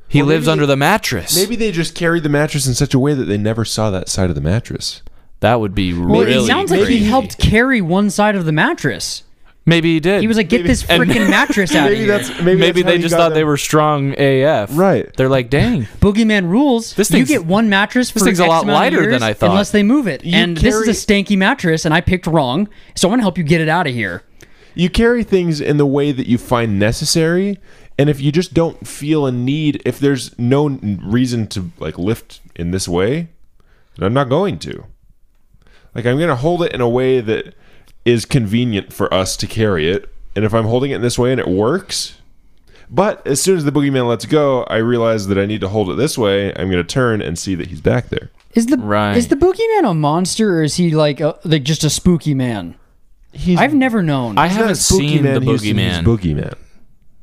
he
Well, maybe
lives under
they-
the mattress
Maybe they just carried the mattress in such a way that they never saw that side of the mattress.
that would be
Well,
really
it sounds like he
crazy.
helped carry one side of the mattress.
maybe he did
He was like, "Get this
And-
freaking mattress out of
Maybe
here!"
that's maybe, that's
maybe,
how
they
he
just
got
thought
them.
they were strong af
Right.
they're like dang
Boogeyman rules.
This
you
thing's-
get one mattress. This for
thing's a
X
lot
amount of
lighter than
years
I thought.
Unless they move it,
You
and
carry-
this is a stanky mattress, and I picked wrong. So I want to help you get it out of here.
You carry things in the way that you find necessary, and if you just don't feel a need, if there's no n- reason to like lift in this way, then I'm not going to. Like I'm going to hold it in a way that is convenient for us to carry it, and if I'm holding it in this way and it works, but as soon as the boogeyman lets go, I realize that I need to hold it this way. I'm going to turn and see that he's back there.
Is the
Right.
is the boogeyman a monster, or is he like a, like just a spooky man?
He's
I've never known.
i haven't seen the
he's- he's
boogeyman
boogeyman.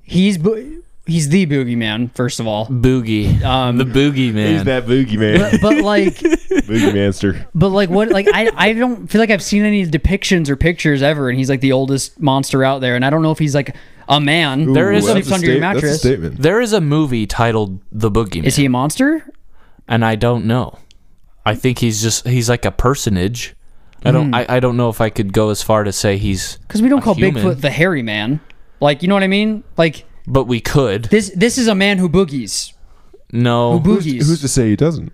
he's bo- he's the boogeyman, first of all.
boogie um, the
He's
boogeyman
that boogeyman,
But like,
boogeymanster.
but like, what? Like, I I don't feel like I've seen any depictions or pictures ever, and he's like the oldest monster out there, and I don't know if he's like a man.
There is
who
a
sleeps under your mattress.
statement.
there is a movie titled the boogeyman
Is he a monster?
and I don't know. I think he's just he's like a personage. I
Hmm.
don't I, I don't know if I could go as far to say he's
Because we don't
a
call
human,
Bigfoot the hairy man. Like, you know what I mean? Like
but we could.
this this is a man who boogies.
No.
Who boogies?
Who's to say he doesn't?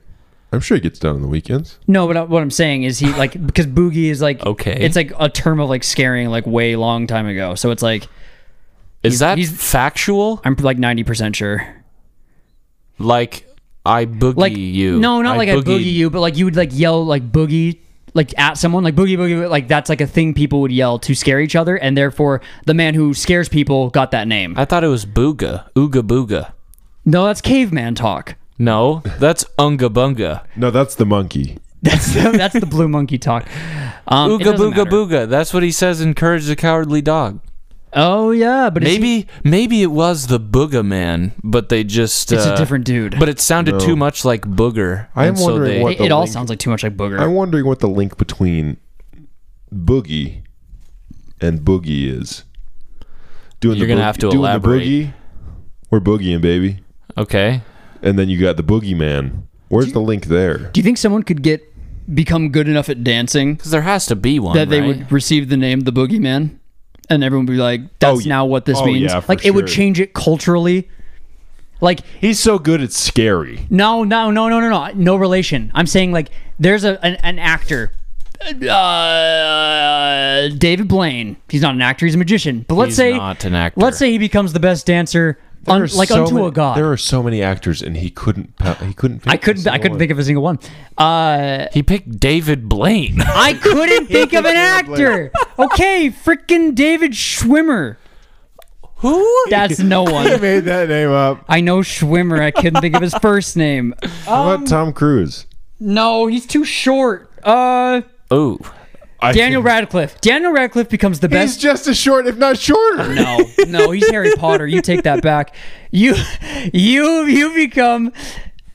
I'm sure he gets down on the weekends.
no, but uh, what I'm saying is he like because boogie is like
Okay.
It's like a term of like scaring like way long time ago. So it's like
is that
he's-
factual?
I'm like 90 percent sure.
Like I boogie
Like
you.
No, not like I boogie you, but like you would like yell like boogie like at someone like boogie boogie like that's like a thing people would yell to scare each other, and therefore the man who scares people got that name.
I thought it was booga. Ooga booga.
No, that's caveman talk.
No, that's unga bunga.
No, that's the monkey.
That's the, that's the blue monkey talk. Um, it
Ooga
doesn't
booga
matter.
booga. That's what he says in Courage the Cowardly Dog.
Oh yeah, but is he-
Maybe maybe it was the booga man, but they just
It's a
uh,
different dude.
But it sounded too much like booger.
I'm
and so
wondering
they-
what
it,
the
it all
link-
sounds like too much like booger.
I'm wondering what the link between boogie and boogie is. Doing
You're
the
gonna
boog-
have to
doing
elaborate.
The boogie. We're boogieing, baby.
Okay.
And then you got the boogeyman. Where's the link there?
Do you think someone could get become good enough at dancing
Because there has to be one.
that they
right?
would receive the name the boogeyman, and everyone would be like, "That's
y-
now what this
oh,
means."
yeah, for
like it would
sure.
change it culturally. Like
He's so good it's scary.
no, no, no, no, no, no, no relation. I'm saying like there's a an, an actor, uh, David Blaine. He's not an actor; he's a magician. But let's
He's
say
not an actor.
Let's say he becomes the best dancer,
There
un,
are
like
so
unto
many-
a god.
There are so many actors, and he couldn't. pa- He couldn't. Pick
I couldn't. I couldn't think of a single one. Uh,
He picked David Blaine.
I couldn't think of an actor. Okay, freaking David Schwimmer.
Who?
That's no
I
one.
made that name up.
I know Schwimmer. I couldn't think of his first name.
How
Um,
about Tom Cruise?
No, he's too short. Uh,
Ooh.
I
Daniel
think-
Radcliffe. Daniel Radcliffe becomes the
He's
best.
just as short, if not shorter.
No, no, he's Harry Potter. You take that back. You, you, you become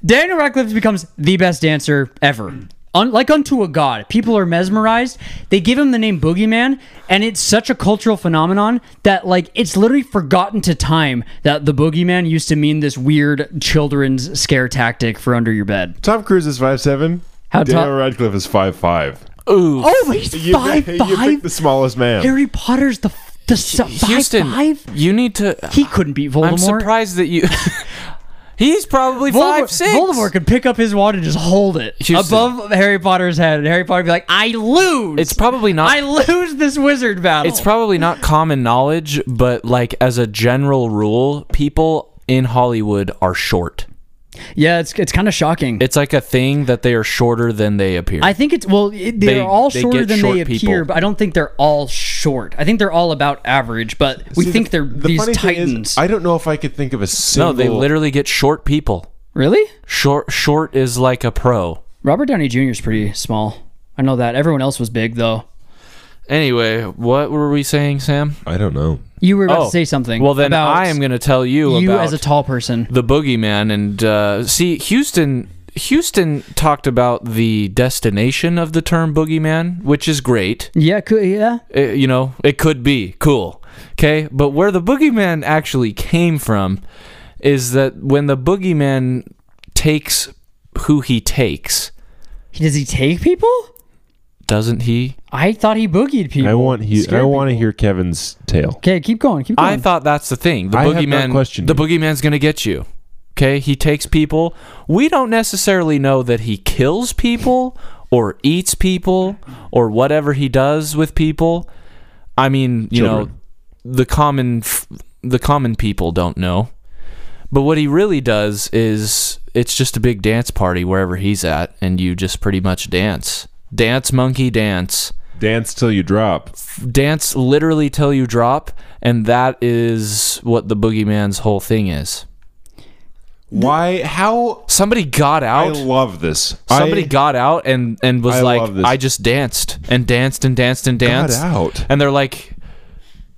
Daniel Radcliffe becomes the best dancer ever. Un, like unto a god, people are mesmerized. They give him the name Boogeyman, and it's such a cultural phenomenon that like it's literally forgotten to time that the Boogeyman used to mean this weird children's scare tactic for under your bed.
Tom Cruise is five seven.
How
Daniel
tall-
Radcliffe is five five.
Ooh.
Oh, but he's five
You picked
five.
the smallest man.
Harry Potter's the f- the s-
Houston,
five five.
you need to.
He couldn't beat Voldemort.
I'm surprised that you. He's probably
Voldemort,
five six.
Voldemort could pick up his wand and just hold it
Houston.
above Harry Potter's head, and Harry Potter would be like, "I lose."
It's probably not.
I lose this wizard battle.
It's probably not common knowledge, but like as a general rule, people in Hollywood are short.
yeah, it's it's kind of shocking.
It's like a thing that they are shorter than they appear.
I think it's well, it, they're
They-
all
they
shorter
get
than they
short
appear,
people.
but I don't think they're all short. I think they're all about average, but we
See,
think
the-
they're
the
these
funny thing is,
titans.
I don't know if I could think of a single.
no, they literally get short people.
really?
Short short is like a pro.
Robert Downey Jr. is pretty small. I know that. Everyone else was big though.
Anyway, what were we saying, Sam?
I don't know.
You were about to say something.
Oh, Well, then
about
I am going to tell you,
you
about
as a tall person.
the boogeyman and uh, see Houston. Houston talked about the destination of the term boogeyman, which is great.
Yeah, could, yeah.
It- you know, it could be cool. Okay, but where the boogeyman actually came from is that when the boogeyman takes who he takes,
Does he take people?
doesn't he?
I thought he boogied people.
I want he.
Scared
I want to hear Kevin's tale.
Okay, keep going. Keep going.
I thought that's the thing. The
I have not
boogeyman.
questioned
the
you.
boogeyman's gonna get you. Okay, he takes people. We don't necessarily know that he kills people or eats people or whatever he does with people. I mean, you know,
Children.
the common f- the common people don't know. But what he really does is it's just a big dance party wherever he's at and you just pretty much dance. Dance monkey dance
Dance till you drop.
dance literally till you drop, and that is what the boogeyman's whole thing is.
Why? How?
Somebody got
I
out.
love this.
somebody
I,
got out and and was
I love
like,
this.
I just danced and danced and danced and danced.
out.
And they're like,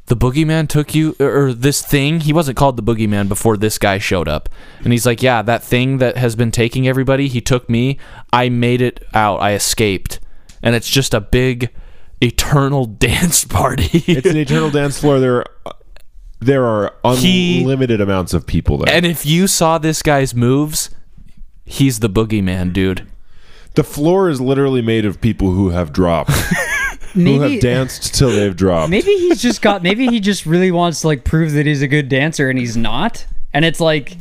the boogeyman took you or, or this thing. He wasn't called the boogeyman before this guy showed up, and he's like, yeah, that thing that has been taking everybody. He took me. I made it out. I escaped, and it's just a big. Eternal dance party.
It's an eternal dance floor. There, are, there are
He-
unlimited amounts of people there.
And if you saw this guy's moves, he's the boogeyman, dude.
the floor is literally made of people who have dropped, who have danced till they've dropped.
maybe he's just got. Maybe he just really wants to like prove that he's a good dancer, and he's not. And it's like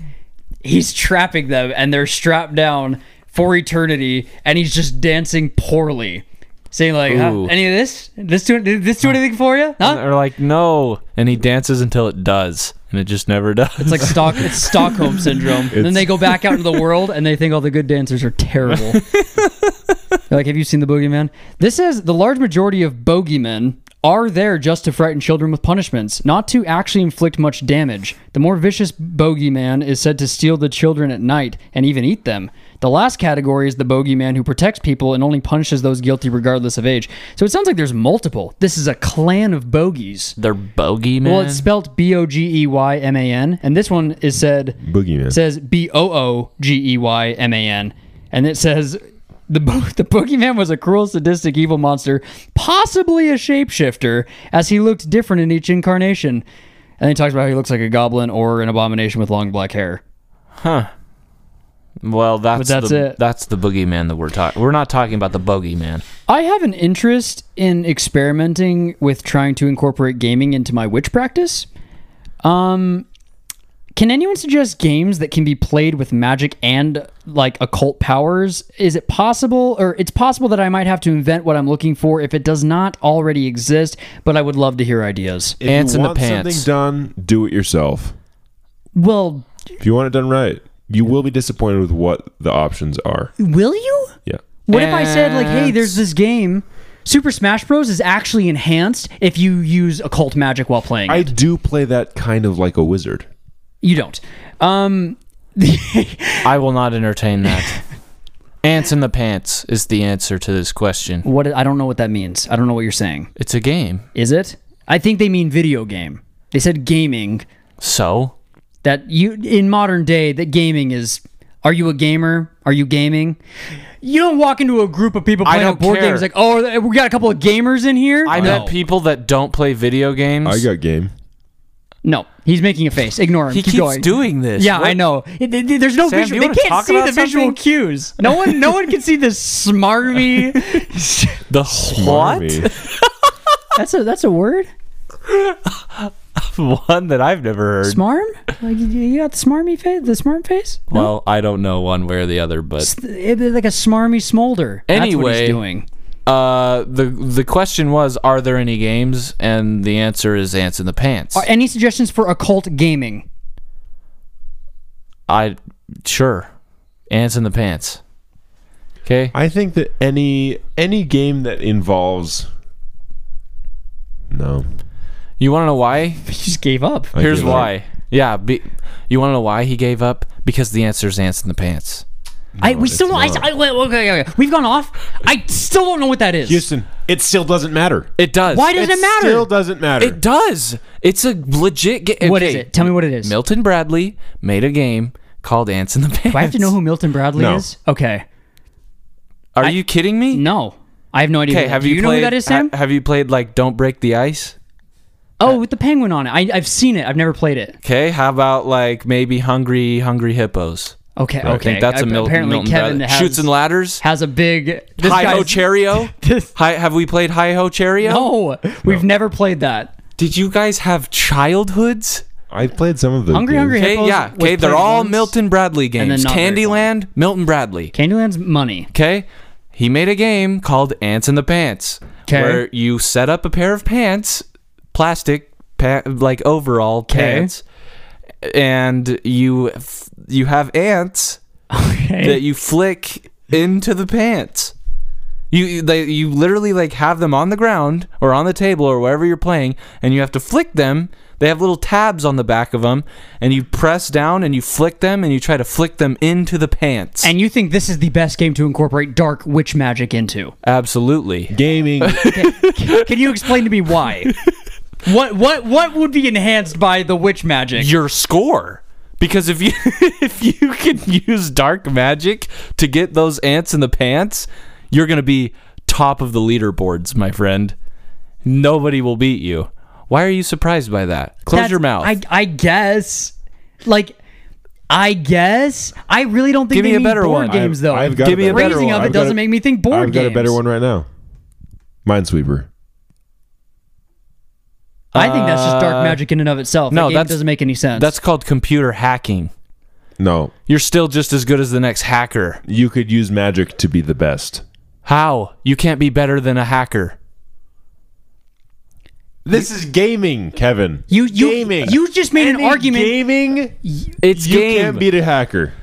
he's trapping them, and they're strapped down for eternity, and he's just dancing poorly, saying like, huh,
Ooh.
"Any of this? This do did this do anything for you? Huh?"
They're like, no. And he dances until it does. And it just never does.
It's like Stock, it's Stockholm syndrome. then they go back out into the world and they think all the good dancers are terrible. They're like, have you seen the Boogeyman? This says the large majority of bogeymen are there just to frighten children with punishments, not to actually inflict much damage. The more vicious bogeyman is said to steal the children at night and even eat them. The last category is the bogeyman who protects people and only punishes those guilty regardless of age. So it sounds like there's multiple. This is a clan of bogeys.
They're boogeyman.
Well, it's spelled B O G E Y M A N, and this one is said
Boogeyman.
says B O O G E Y M A N, and it says the bo- the boogeyman was a cruel, sadistic, evil monster, possibly a shapeshifter, as he looked different in each incarnation. And he talks about how he looks like a goblin or an abomination with long black hair.
well, that's,
But that's
the,
it.
That's the boogeyman that we're talking. We're not talking about the boogeyman.
I have an interest in experimenting with trying to incorporate gaming into my witch practice. Um, Can anyone suggest games that can be played with magic and like occult powers? Is it possible, or it's possible that I might have to invent what I'm looking for if it does not already exist? But I would love to hear ideas.
If
Ants
you
in the
want
pants.
something done, do it yourself.
Well,
If you want it done right, you will be disappointed with what the options are.
will you?
Yeah.
What if I said like, "Hey, there's
Ants.
this game. Super Smash Bros is actually enhanced if you use occult magic while playing."
I
it."
do play that kind of like a wizard.
you don't. Um,
I will not entertain that. Ants in the pants is the answer to this question.
what I don't know what that means. I don't know what you're saying.
It's a game.
Is it? I think they mean video game. They said gaming.
So,
that you in modern day that gaming is are you a gamer are you gaming you don't walk into a group of people
I
playing a
don't
board
care.
games like oh we got a couple of gamers in here
I
no.
met people that don't play video games.
I got game.
no he's making a face ignore him
he
keep
keeps
going
doing this.
yeah
What-
i know It- it- there's no
Sam, do
visual
you
they
wanna
can't
talk
see the
about
visual
something?
cues no one no one can see this smarmy
The
Army.
what?
that's a that's a word
one that I've never heard.
smarm like you- you got the smarmy face the smarm face no
Well, I don't know one way or the other, but
It'd be like a smarmy smolder that's what he's
Anyway.
doing
uh, the the question was, are there any games? And the answer is ants in the pants.
Are- any suggestions for occult gaming
I sure ants in the pants. Okay,
I think that any any game that involves no.
you want to know why?
He just gave up.
I
Here's
give up.
why. Yeah, be, you want to know why he gave up? Because the answer is ants in the pants.
I we still
it's
don't. I, I,
not.
wait, okay, okay, okay. We've gone off. I still don't know what that is.
Houston, it still doesn't matter.
It does.
Why does it matter?
Still doesn't matter.
It does. It's a legit game.
What is it? Tell me what it is.
Milton Bradley made a game called Ants in the Pants.
Do I have to know who Milton Bradley
No.
is? Okay.
Are you kidding me?
No, I have no idea.
Okay,
who-
have
Do
you,
you
played?
know who that is,
ha-
Sam?
have you played like Don't Break the Ice?
oh, with the penguin on it. I, I've seen it. I've never played it.
Okay, how about like maybe Hungry Hungry Hippos?
Okay,
I
okay.
think that's a
Ap-
Mil-
apparently
Milton
Kevin
Bradley.
has,
Shoots and ladders.
has a big. This
Hi Ho
guy's-
Cheerio.
This-
Hi, have we played Hi Ho Cheerio?
No, we've never played that.
Did you guys have childhoods?
I played some of the
Hungry,
games.
hungry.
Okay,
Hippos
yeah.
was
Okay, they're
played
all
once.
Milton Bradley
then
games.
not very
Candyland, Milton Bradley.
Candyland's money.
Okay? He made a game called Ants in the Pants.
'Kay.
Where you set up a pair of pants, plastic, pa- like overall
'Kay.
pants, and you f- you have ants that
Okay.
you flick into the pants. You you- they, you literally like have them on the ground or on the table or wherever you're playing, and you have to flick them. They have little tabs on the back of them, and you press down and you flick them, and you try to flick them into the pants.
And you think this is the best game to incorporate dark witch magic into?
Absolutely.
Gaming.
Can you explain to me why? what what what would be enhanced by the witch magic?
your score because if you if you can use dark magic to get those ants in the pants, you're going to be top of the leaderboards, my friend. Nobody will beat you. Why are you surprised by that? Close
That's-
your mouth.
I I guess. Like I guess I really don't think
Give
they
me a
mean
better
board
one.
games though.
I've got
Give me a better
Raising
one.
of
I've
it
got
doesn't
a-
make me think board
I've got a
games.
better one right now. Minesweeper.
I think that's just dark magic in and of itself.
Uh, no,
that game
that's-
doesn't make any sense.
That's called computer hacking.
No,
You're still just as good as the next hacker.
you could use magic to be the best.
How? You can't be better than a hacker.
This is gaming, Kevin.
you you
gaming.
you just made an argument.
Gaming.
It's
you
game.
can't beat a hacker.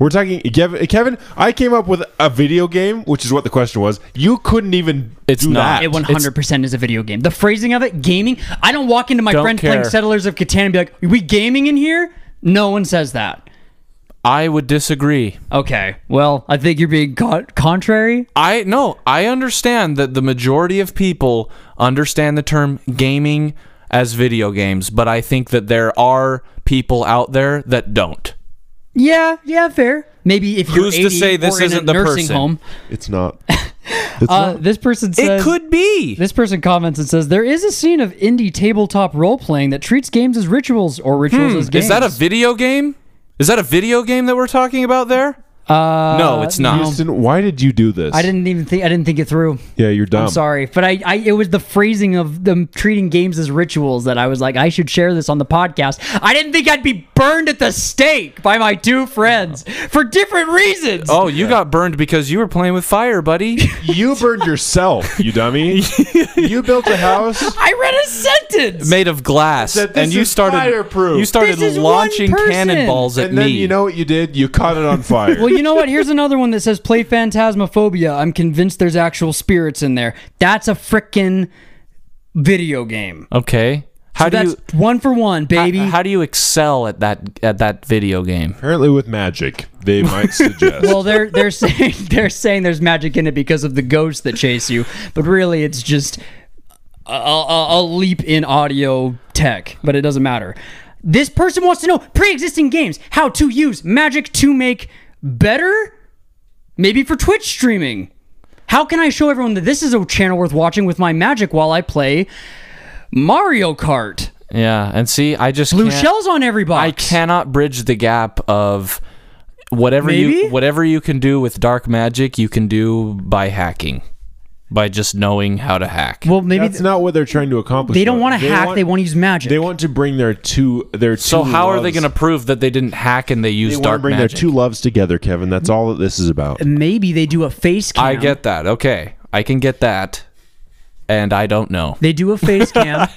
We're talking Kevin, Kevin. I came up with a video game, which is what the question was. You couldn't even
It's
do
not.
that.
It 100% is a video game. The phrasing of it, gaming. I don't walk into my
Don't
friend playing
care.
Settlers of Catan and be like, "We gaming in here?" No one says that.
I would disagree.
Okay. Well, I think you're being con- contrary.
I no, I understand that the majority of people understand the term gaming as video games, but I think that there are people out there that don't.
Yeah, yeah, fair. Maybe if you're
Who's to
80
say this
or in
isn't
a
the
nursing
person?
home.
It's not. It's
Uh,
not.
this person says
it could be.
This person comments and says there is a scene of indie tabletop role playing that treats games
Hmm,
as rituals or rituals as games.
Is that a video game? Is that a video game that we're talking about there?
Uh,
No, it's not.
Houston, why did you do this?
I didn't even think. I didn't think it through.
Yeah, you're dumb.
I'm sorry, but I, I it was the phrasing of them treating games as rituals that I was like, I should share this on the podcast. I didn't think I'd be burned at the stake by my two friends for different reasons.
Oh, you got burned because you were playing with fire, buddy.
You burned yourself, you dummy. you built a house.
I read a sentence.
made of glass,
That this
and you
is
started
fireproof.
you started
This is one
launching
person.
cannonballs at
And then
me.
you know what you did? You caught it on fire.
well, you know what? Here's another one that says play phantasmophobia. I'm convinced there's actual spirits in there. That's a frickin' video game.
okay, how do
That's
you
one for one, baby.
How, how do you excel at that at that video game?
Apparently, with magic, they might suggest.
well, they're they're saying they're saying there's magic in it because of the ghosts that chase you, but really it's just a, a, a leap in audio tech. But it doesn't matter. This person wants to know pre-existing games, how to use magic to make better, maybe for Twitch streaming. How can I show everyone that this is a channel worth watching with my magic while I play Mario Kart?
Yeah, and see, I just
Blue
can't-
shells on everybody.
I cannot bridge the gap of whatever
Maybe?
you whatever you can do with dark magic, you can do by hacking, by just knowing how to hack.
Well, maybe
That's not what they're trying to accomplish.
they don't
though.
want to hack. they want to use magic.
They want to bring their two. Their
so
two
how are they
loves-
going to prove that they didn't hack and they
They
used
want to
dark
bring
magic?
their two loves together, Kevin. That's all that this is about.
maybe they do a face cam.
I get that. Okay, I can get that, and I don't know.
They do a face cam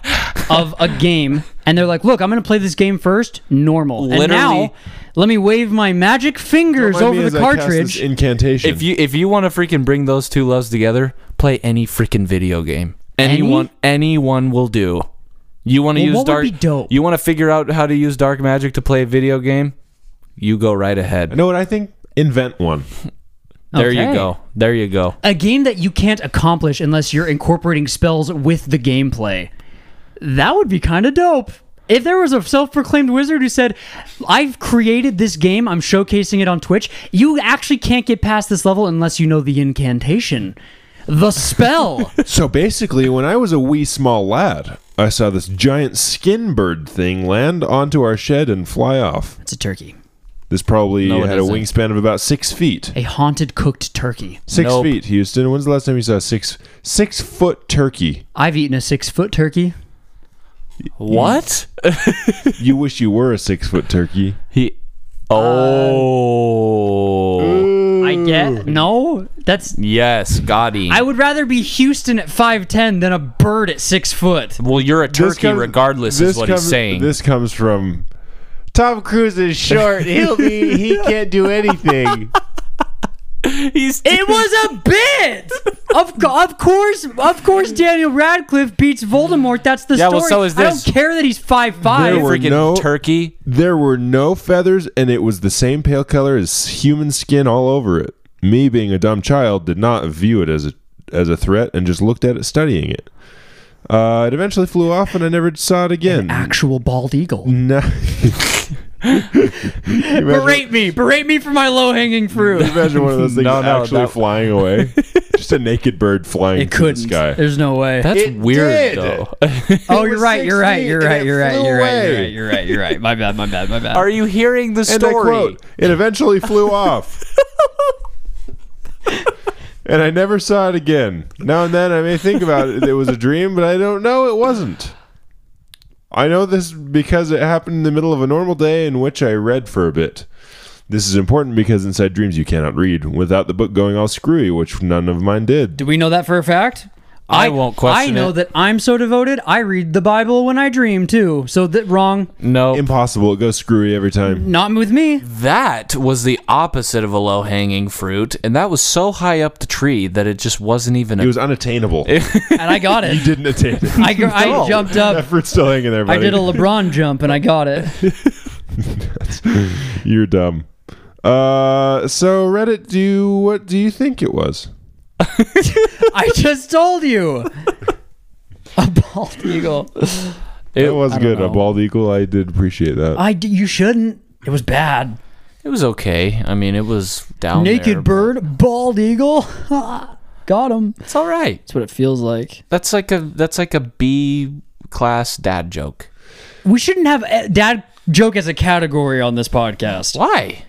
of a game, and they're like, "Look, I'm going to play this game first, normal. and
Literally-
now, let me wave my magic fingers
Remind me
over
as
the
I cast this
cartridge."
incantation.
If you if you want to freaking bring those two loves together, play any freaking video game. Anyone anyone will do. You want to
Well,
use
what would
dark
be dope?
You want to figure out how to use dark magic to play a video game? You go right
you
ahead.
know what I think? Invent one.
There you
Okay.
go. There you go.
a game that you can't accomplish unless you're incorporating spells with the gameplay. That would be kind of dope. If there was a self-proclaimed wizard who said, "I've created this game, I'm showcasing it on Twitch," you actually can't get past this level unless you know the incantation, the spell.
So basically, when I was a wee small lad, I saw this giant skin bird thing land onto our shed and fly off.
it's a turkey.
This probably
No, it
had a
isn't.
wingspan of about six feet.
a haunted cooked turkey.
Six
Nope.
feet, Houston. When's the last time you saw a six six foot turkey?
I've eaten a six foot turkey.
What?
You wish you were a six foot turkey.
He Oh.
Uh,
I get no. That's
yes, Gotti.
I would rather be Houston at five ten than a bird at six foot.
well, you're a
This
turkey
comes-
regardless
this
is what
comes-
he's saying.
This comes from Tom Cruise is short. He'll be he can't do anything.
he's
It was a bit. of co- of course, of course, Daniel Radcliffe beats Voldemort. That's the
Yeah,
story.
well, so is
I
this.
don't care that he's five
There
five.
were
freaking
no-
turkey.
There were no feathers, and it was the same pale color as human skin all over it. Me, being a dumb child, did not view it as a as a threat and just looked at it, studying it. Uh, it eventually flew off, and I never saw it again.
Actual bald eagle.
No.
Berate me, berate me for my low hanging fruit.
Imagine one of those things
No, no,
actually
that-
flying away. Just a naked bird flying
It
through the
couldn't.
sky.
There's no way.
That's
It
weird
did.
though.
oh,
was
you're right. You're right.
16,
You're
and
right.
it
You're right.
flew
You're right. You're
away.
right. You're right. You're right. My bad. My bad. My bad.
Are you hearing the
and I
story?
quote, it eventually flew off. and I never saw it again. Now and then I may think about it. It was a dream, but I don't know it wasn't. I know this because it happened in the middle of a normal day in which I read for a bit. This is important because inside dreams you cannot read without the book going all screwy, which none of mine did.
Do we know that for a fact?
I won't question
I know
it.
that I'm so devoted. I read the Bible when I dream too. So that wrong,
no.
Impossible. It goes screwy every time.
not with me.
That was the opposite of a low hanging fruit, and that was so high up the tree that it just wasn't even a.
It was unattainable.
And I got it.
didn't attain it.
I, gr- I jumped
That
up.
fruit's still hanging there,
I
buddy.
did a LeBron jump and I got it.
You're dumb. Uh, so Reddit, do you, what do you think it was?
I just told you. A bald eagle.
It was good. A
know.
bald eagle. I did appreciate that.
I d- you shouldn't. It was bad.
it was okay. I mean, it was down
Naked
there, but
bird, bald eagle. got him.
It's all right.
That's what it feels like.
That's like a that's like a B class dad joke.
eh, We shouldn't have a dad joke as a category on this podcast.
Why?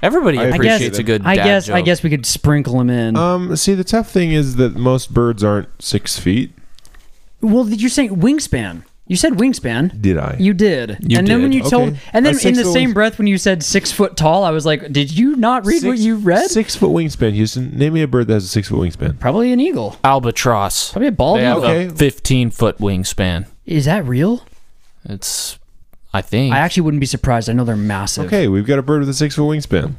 Everybody
I appreciate
appreciates a good.
I
dad
guess I
joke.
guess we could sprinkle them in.
Um, see, the tough thing is that most birds aren't six feet.
well, you're saying wingspan. You said wingspan.
Did I?
You did.
You
and then when
did.
you told
Okay.
and then
That's
in
six
the
foot
same
wings-
breath when you said six foot tall, I was like, Did you not read what
Six-
you read?
Six foot wingspan, Houston. Name me a bird that has a six foot wingspan.
Probably an eagle.
albatross.
Probably a bald
They have
eagle.
Okay.
a 15 foot wingspan.
Is that real?
It's, I think.
I actually wouldn't be surprised. I know they're massive.
Okay, we've got a bird with a six foot wingspan.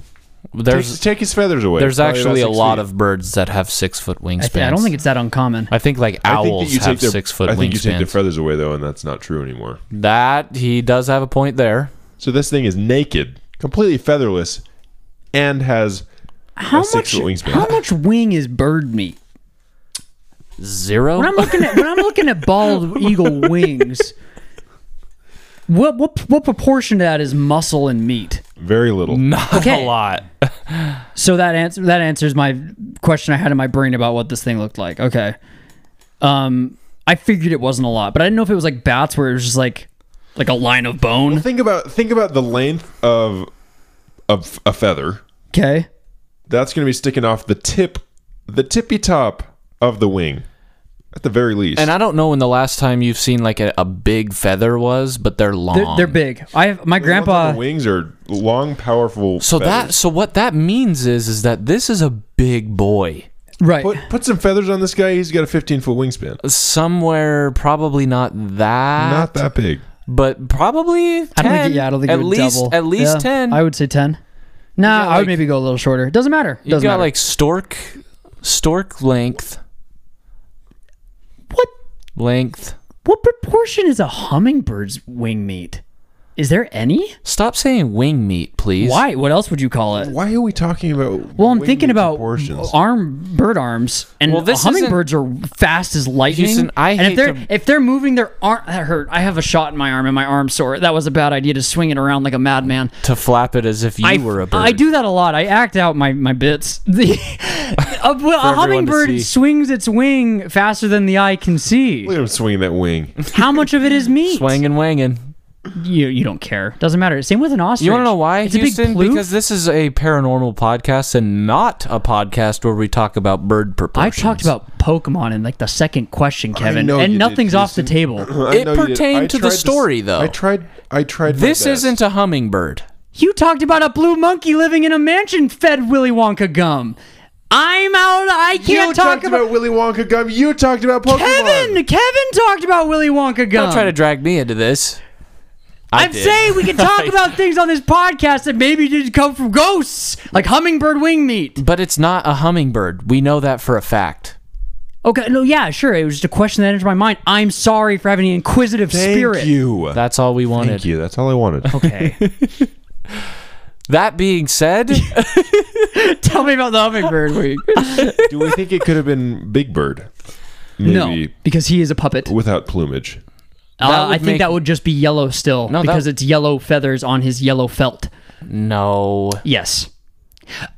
Take,
there's
take his feathers away.
there's
Probably
actually a
about six
lot
feet.
of birds that have six foot wingspans.
I, thi- I don't think it's that uncommon.
I think like
I think that
owls
you take
have
their-
six foot
I think you take their
wingspans.
feathers away though, and that's not true anymore.
That he does have a point there.
So this thing is naked, completely featherless, and has
how
a
much?
six-foot wingspan.
How much wing is bird meat?
Zero.
When I'm looking at when I'm looking at bald eagle wings, what what what proportion of that is muscle and meat?
very little.
Not
Okay.
a lot.
So that answer that answers my question I had in my brain about what this thing looked like. Okay, um, I figured it wasn't a lot, but I didn't know if it was like bats where it was just like like a line of bone.
Think about think about the length of of a feather.
Okay,
That's going to be sticking off the tip, the tippy top of the wing, at the very least.
And I don't know when the last time you've seen like a, a big feather was, but they're long.
they're, they're big. I have my
The ones on
grandpa.
the wings are long, powerful.
So that
feathers.
so what that means is is that this is a big boy.
Right.
put put some feathers on this guy. He's got a 15 foot wingspan.
Somewhere probably not that
Not that big.
but probably 10.
I don't think. Yeah, I don't think
at
it would
least
double.
at least
Yeah,
10.
I would say ten. Nah,
got,
I would
like-
maybe go a little shorter. It Doesn't matter.
you got
Doesn't matter.
like stork stork length
what
length.
what proportion is a hummingbird's wing meat? Is there any?
Stop saying wing meat, please.
Why? What else would you call it?
Why are we talking about?
Well, I'm
wing
thinking about
proportions?
arm bird arms, and
Well, this
hummingbirds are fast as lightning.
Houston, I
and
hate
if they're
to-
if they're moving their arm, that hurt. I have a shot in my arm, and my arm's sore. That was a bad idea to swing it around like a madman.
To flap it as if you
I,
were a bird.
I do that a lot. I act out my, my bits. The, a, well, a
to see.
hummingbird swings its wing faster than the eye can see.
Look at him swinging that wing.
How much of it is meat?
Swangin' wangin'.
You you don't care. Doesn't matter. Same with an ostrich.
You want to know why,
It's
Houston?
a big ploof.
because this is a paranormal podcast and not a podcast where we talk about bird
I
proportions.
talked about Pokemon in like the second question, Kevin,
know
and
you did,
nothing's off the
Houston.
table.
I
It
know you did.
pertained
I
to the
tried s-
story, though.
I tried. I tried. my
This
best.
isn't a hummingbird.
You talked about a blue monkey living in a mansion fed Willy Wonka gum. I'm out. I
You
can't talk
talked about,
about,
Willy Wonka gum. You talked about Pokemon.
Kevin. Kevin talked about Willy Wonka gum.
Don't try to drag me into this. I
Um, I'm
did.
saying we can talk about things on this podcast that maybe didn't come from ghosts, like hummingbird wing meat.
But it's not a hummingbird. We know that for a fact.
Okay, no, yeah, sure. It was just a question that entered my mind. I'm sorry for having an inquisitive
Thank
spirit.
you.
That's all we wanted.
Thank you. That's all I wanted.
Okay,
That being said,
tell me about the hummingbird wing.
Do we think it could have been Big Bird?
No, because he is a puppet.
without plumage.
Uh,
would
I think
make-
that would just be yellow still
No, that-
because it's yellow feathers on his yellow felt.
no.
Yes.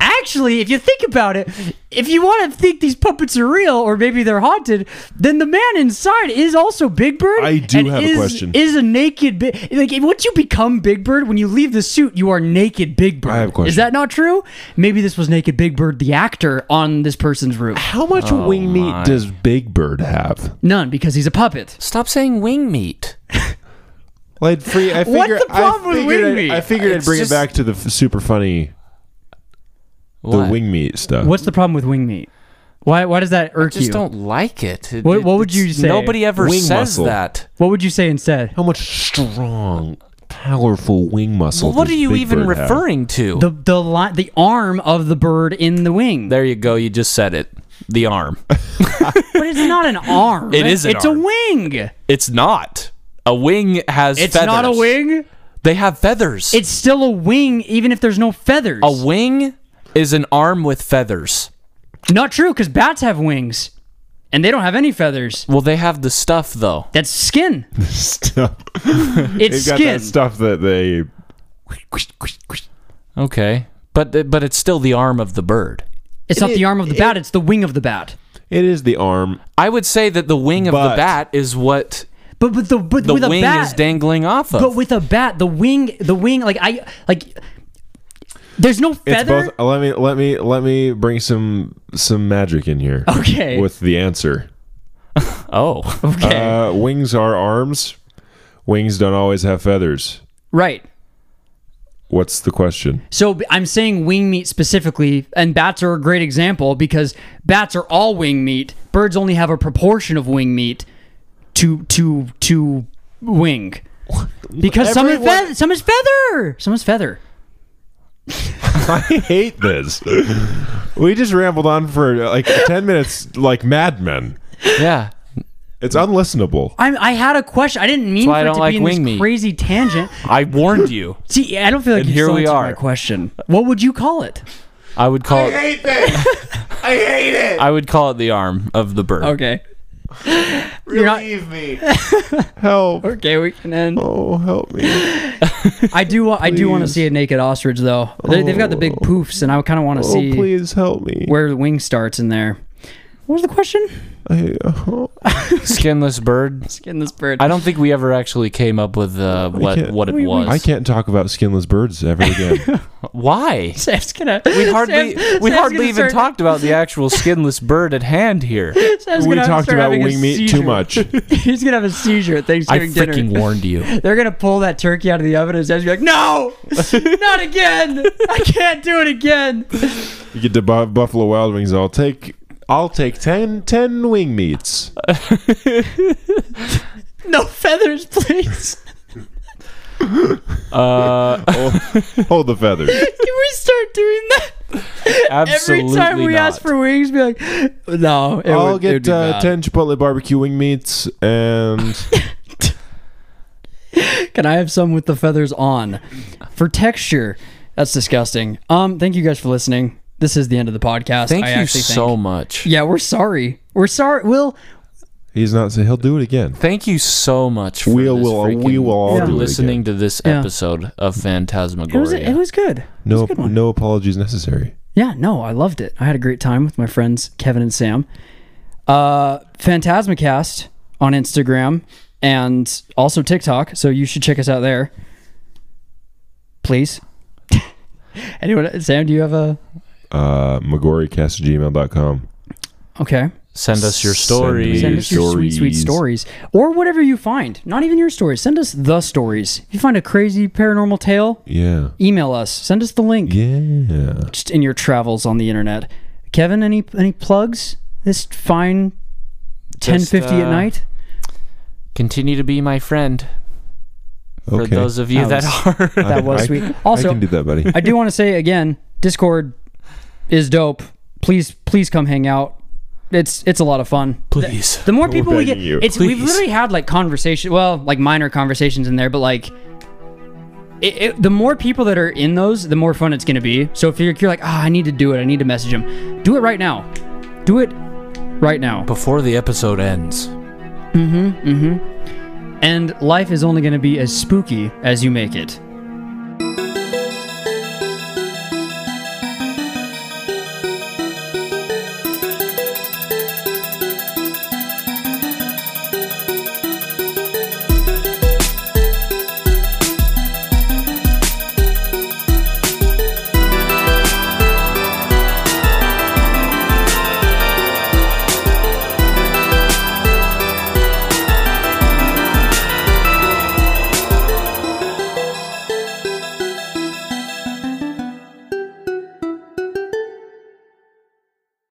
Actually, if you think about it, if you want to think these puppets are real or maybe they're haunted, then the man inside is also Big Bird.
I do
and
have a
is-
question.
Is a naked Big like if- once you become Big Bird, when you leave the suit, you are naked Big Bird.
I have a question.
Is that not true? Maybe this was naked Big Bird, the actor, on this person's roof.
How much wing meat does Big Bird have?
None, because he's a puppet.
Stop saying wing meat.
Like free. I figured.
What's the problem
I
with
figured
wing
I'd-
meat?
I figured I'd
It's
bring
just-
it back to the f- super funny, the
What?
wing meat stuff.
What's the problem with wing meat? Why, why does that irk
Just
you?
don't like it. It-
What- what would
it's-
you say?
Nobody ever
Wing
says
muscle.
that.
What would you say instead?
How much strong, powerful wing muscle?
Well, what are
does
you
Big
even
Bird have?
referring to?
The the li- the arm of the bird in the wing.
there you go. You just said it. The arm.
But it's not an arm.
It is an
It's
arm.
a wing.
It's not. A wing has
It's
feathers.
not a wing.
They have feathers.
It's still a wing, even if there's no feathers.
a wing is an arm with feathers.
not true, because bats have wings, and they don't have any feathers.
Well, they have the stuff though.
That's skin.
Stuff.
It's
They've got
skin.
that stuff that they.
Okay. But th- but it's still the arm of the bird.
It's not the arm of the bat. It's the wing of the bat.
It is the arm.
I would say that the wing of the
But-
bat is what
But with the but
the
with
wing
a bat,
is dangling off of.
but with a bat, the wing, the wing, like I like. There's no
It's
feather.
both. Let me let me let me bring some some magic in here.
Okay.
With the answer.
Oh,
okay.
Uh, wings are arms. Wings don't always have feathers.
right.
What's the question?
So b- I'm saying wing meat specifically, and bats are a great example because bats are all wing meat. Birds only have a proportion of wing meat to to to wing. Because some is feather, some is feather, some is feather.
I hate this. we just rambled on for like ten minutes, like madmen.
yeah.
It's unlistenable.
I'm, I had a question. I didn't mean
why
for
I
it
don't
to
like
be in
wing
this
meat.
crazy tangent.
I warned you.
See, I don't feel like
And
you
here
still
we
answered
are.
my question. What would you call it?
I would call. I it, hate this. I hate it. I would call it the arm of the bird.
Okay. You're not,
Help!
okay, we can end.
Oh, help me!
I do. wa- I do want to see a naked ostrich though. They, they've got the big poofs, and I kind of want to
Oh,
see
please help me!
where the wing starts in there. What was the question?
I, oh,
Skinless bird.
Skin this bird.
I don't think we ever actually came up with uh, what
can't-
what it
we- we-
was.
I can't talk about skinless birds ever again.
Why?
Sam's gonna.
We hardly
Sam's-
we
Sam's
hardly
gonna
even
start-
talked about the actual skinless bird at hand here.
Sam's
we
gonna
talked
start
about
having a
wing meat
seizure.
too much.
He's gonna have a seizure at
I
Thanksgiving dinner.
freaking warned you.
They're gonna pull that turkey out of the oven, and Sam's gonna be like, "No, not again! I can't do it again."
You get the bu- Buffalo Wild Wings. I'll take. I'll take 10, 10 wing meats.
No feathers, please.
Uh,
Hold the feathers.
Can we start doing that? Every
absolutely
time we
not.
ask for wings, be like, "No, it
I'll
would- it would
get
be
uh,
bad."
ten Chipotle barbecue wing meats and
Can I have some with the feathers on? For texture, that's disgusting. Um, thank you guys for listening. This is the end of the podcast.
Thank
I
you
actually think-
so much.
Yeah, we're sorry. We're sorry. Will
he's not. He'll do it again.
Thank you so much. For
We'll-
this
we'll-
freaking-
we will all
for
do it
listening to this
Yeah.
episode of
it was
Phantasmagoria.
it was good.
No,
a good one.
no apologies necessary.
Yeah, no, I loved it. I had a great time with my friends Kevin and Sam. Uh, Phantasmacast on Instagram and also TikTok, so you should check us out there. Please. Anyone, Sam, do you have a
Uh, McGorrycast gmail.com.
okay?
Send us your
Send me
stories.
Send us your sweet, sweet stories. Or whatever you find. Not even your stories. Send us the stories. If you find a crazy paranormal tale,
Yeah.
email us. Send us the link.
Yeah.
Just in your travels on the internet. Kevin, any any plugs? This fine ten
Just,
fifty at
uh,
night?
Continue to be my friend. For
Okay.
those of you
That
that, are.
That was
I-
sweet.
I
Also,
can do that, buddy.
I do want to say again, Discord is dope. Please, please come hang out. It's it's a lot of fun.
Please.
The more people we get,
begging you.
it's we've
Please.
literally had like conversation, well, like minor conversations in there, but like. It, it, the more people that are in those, the more fun it's going to be. So if you're, you're like, ah, I need to do it, I need to message him, do it right now. Do it right now.
Before the episode ends.
And life is only going to be as spooky as you make it.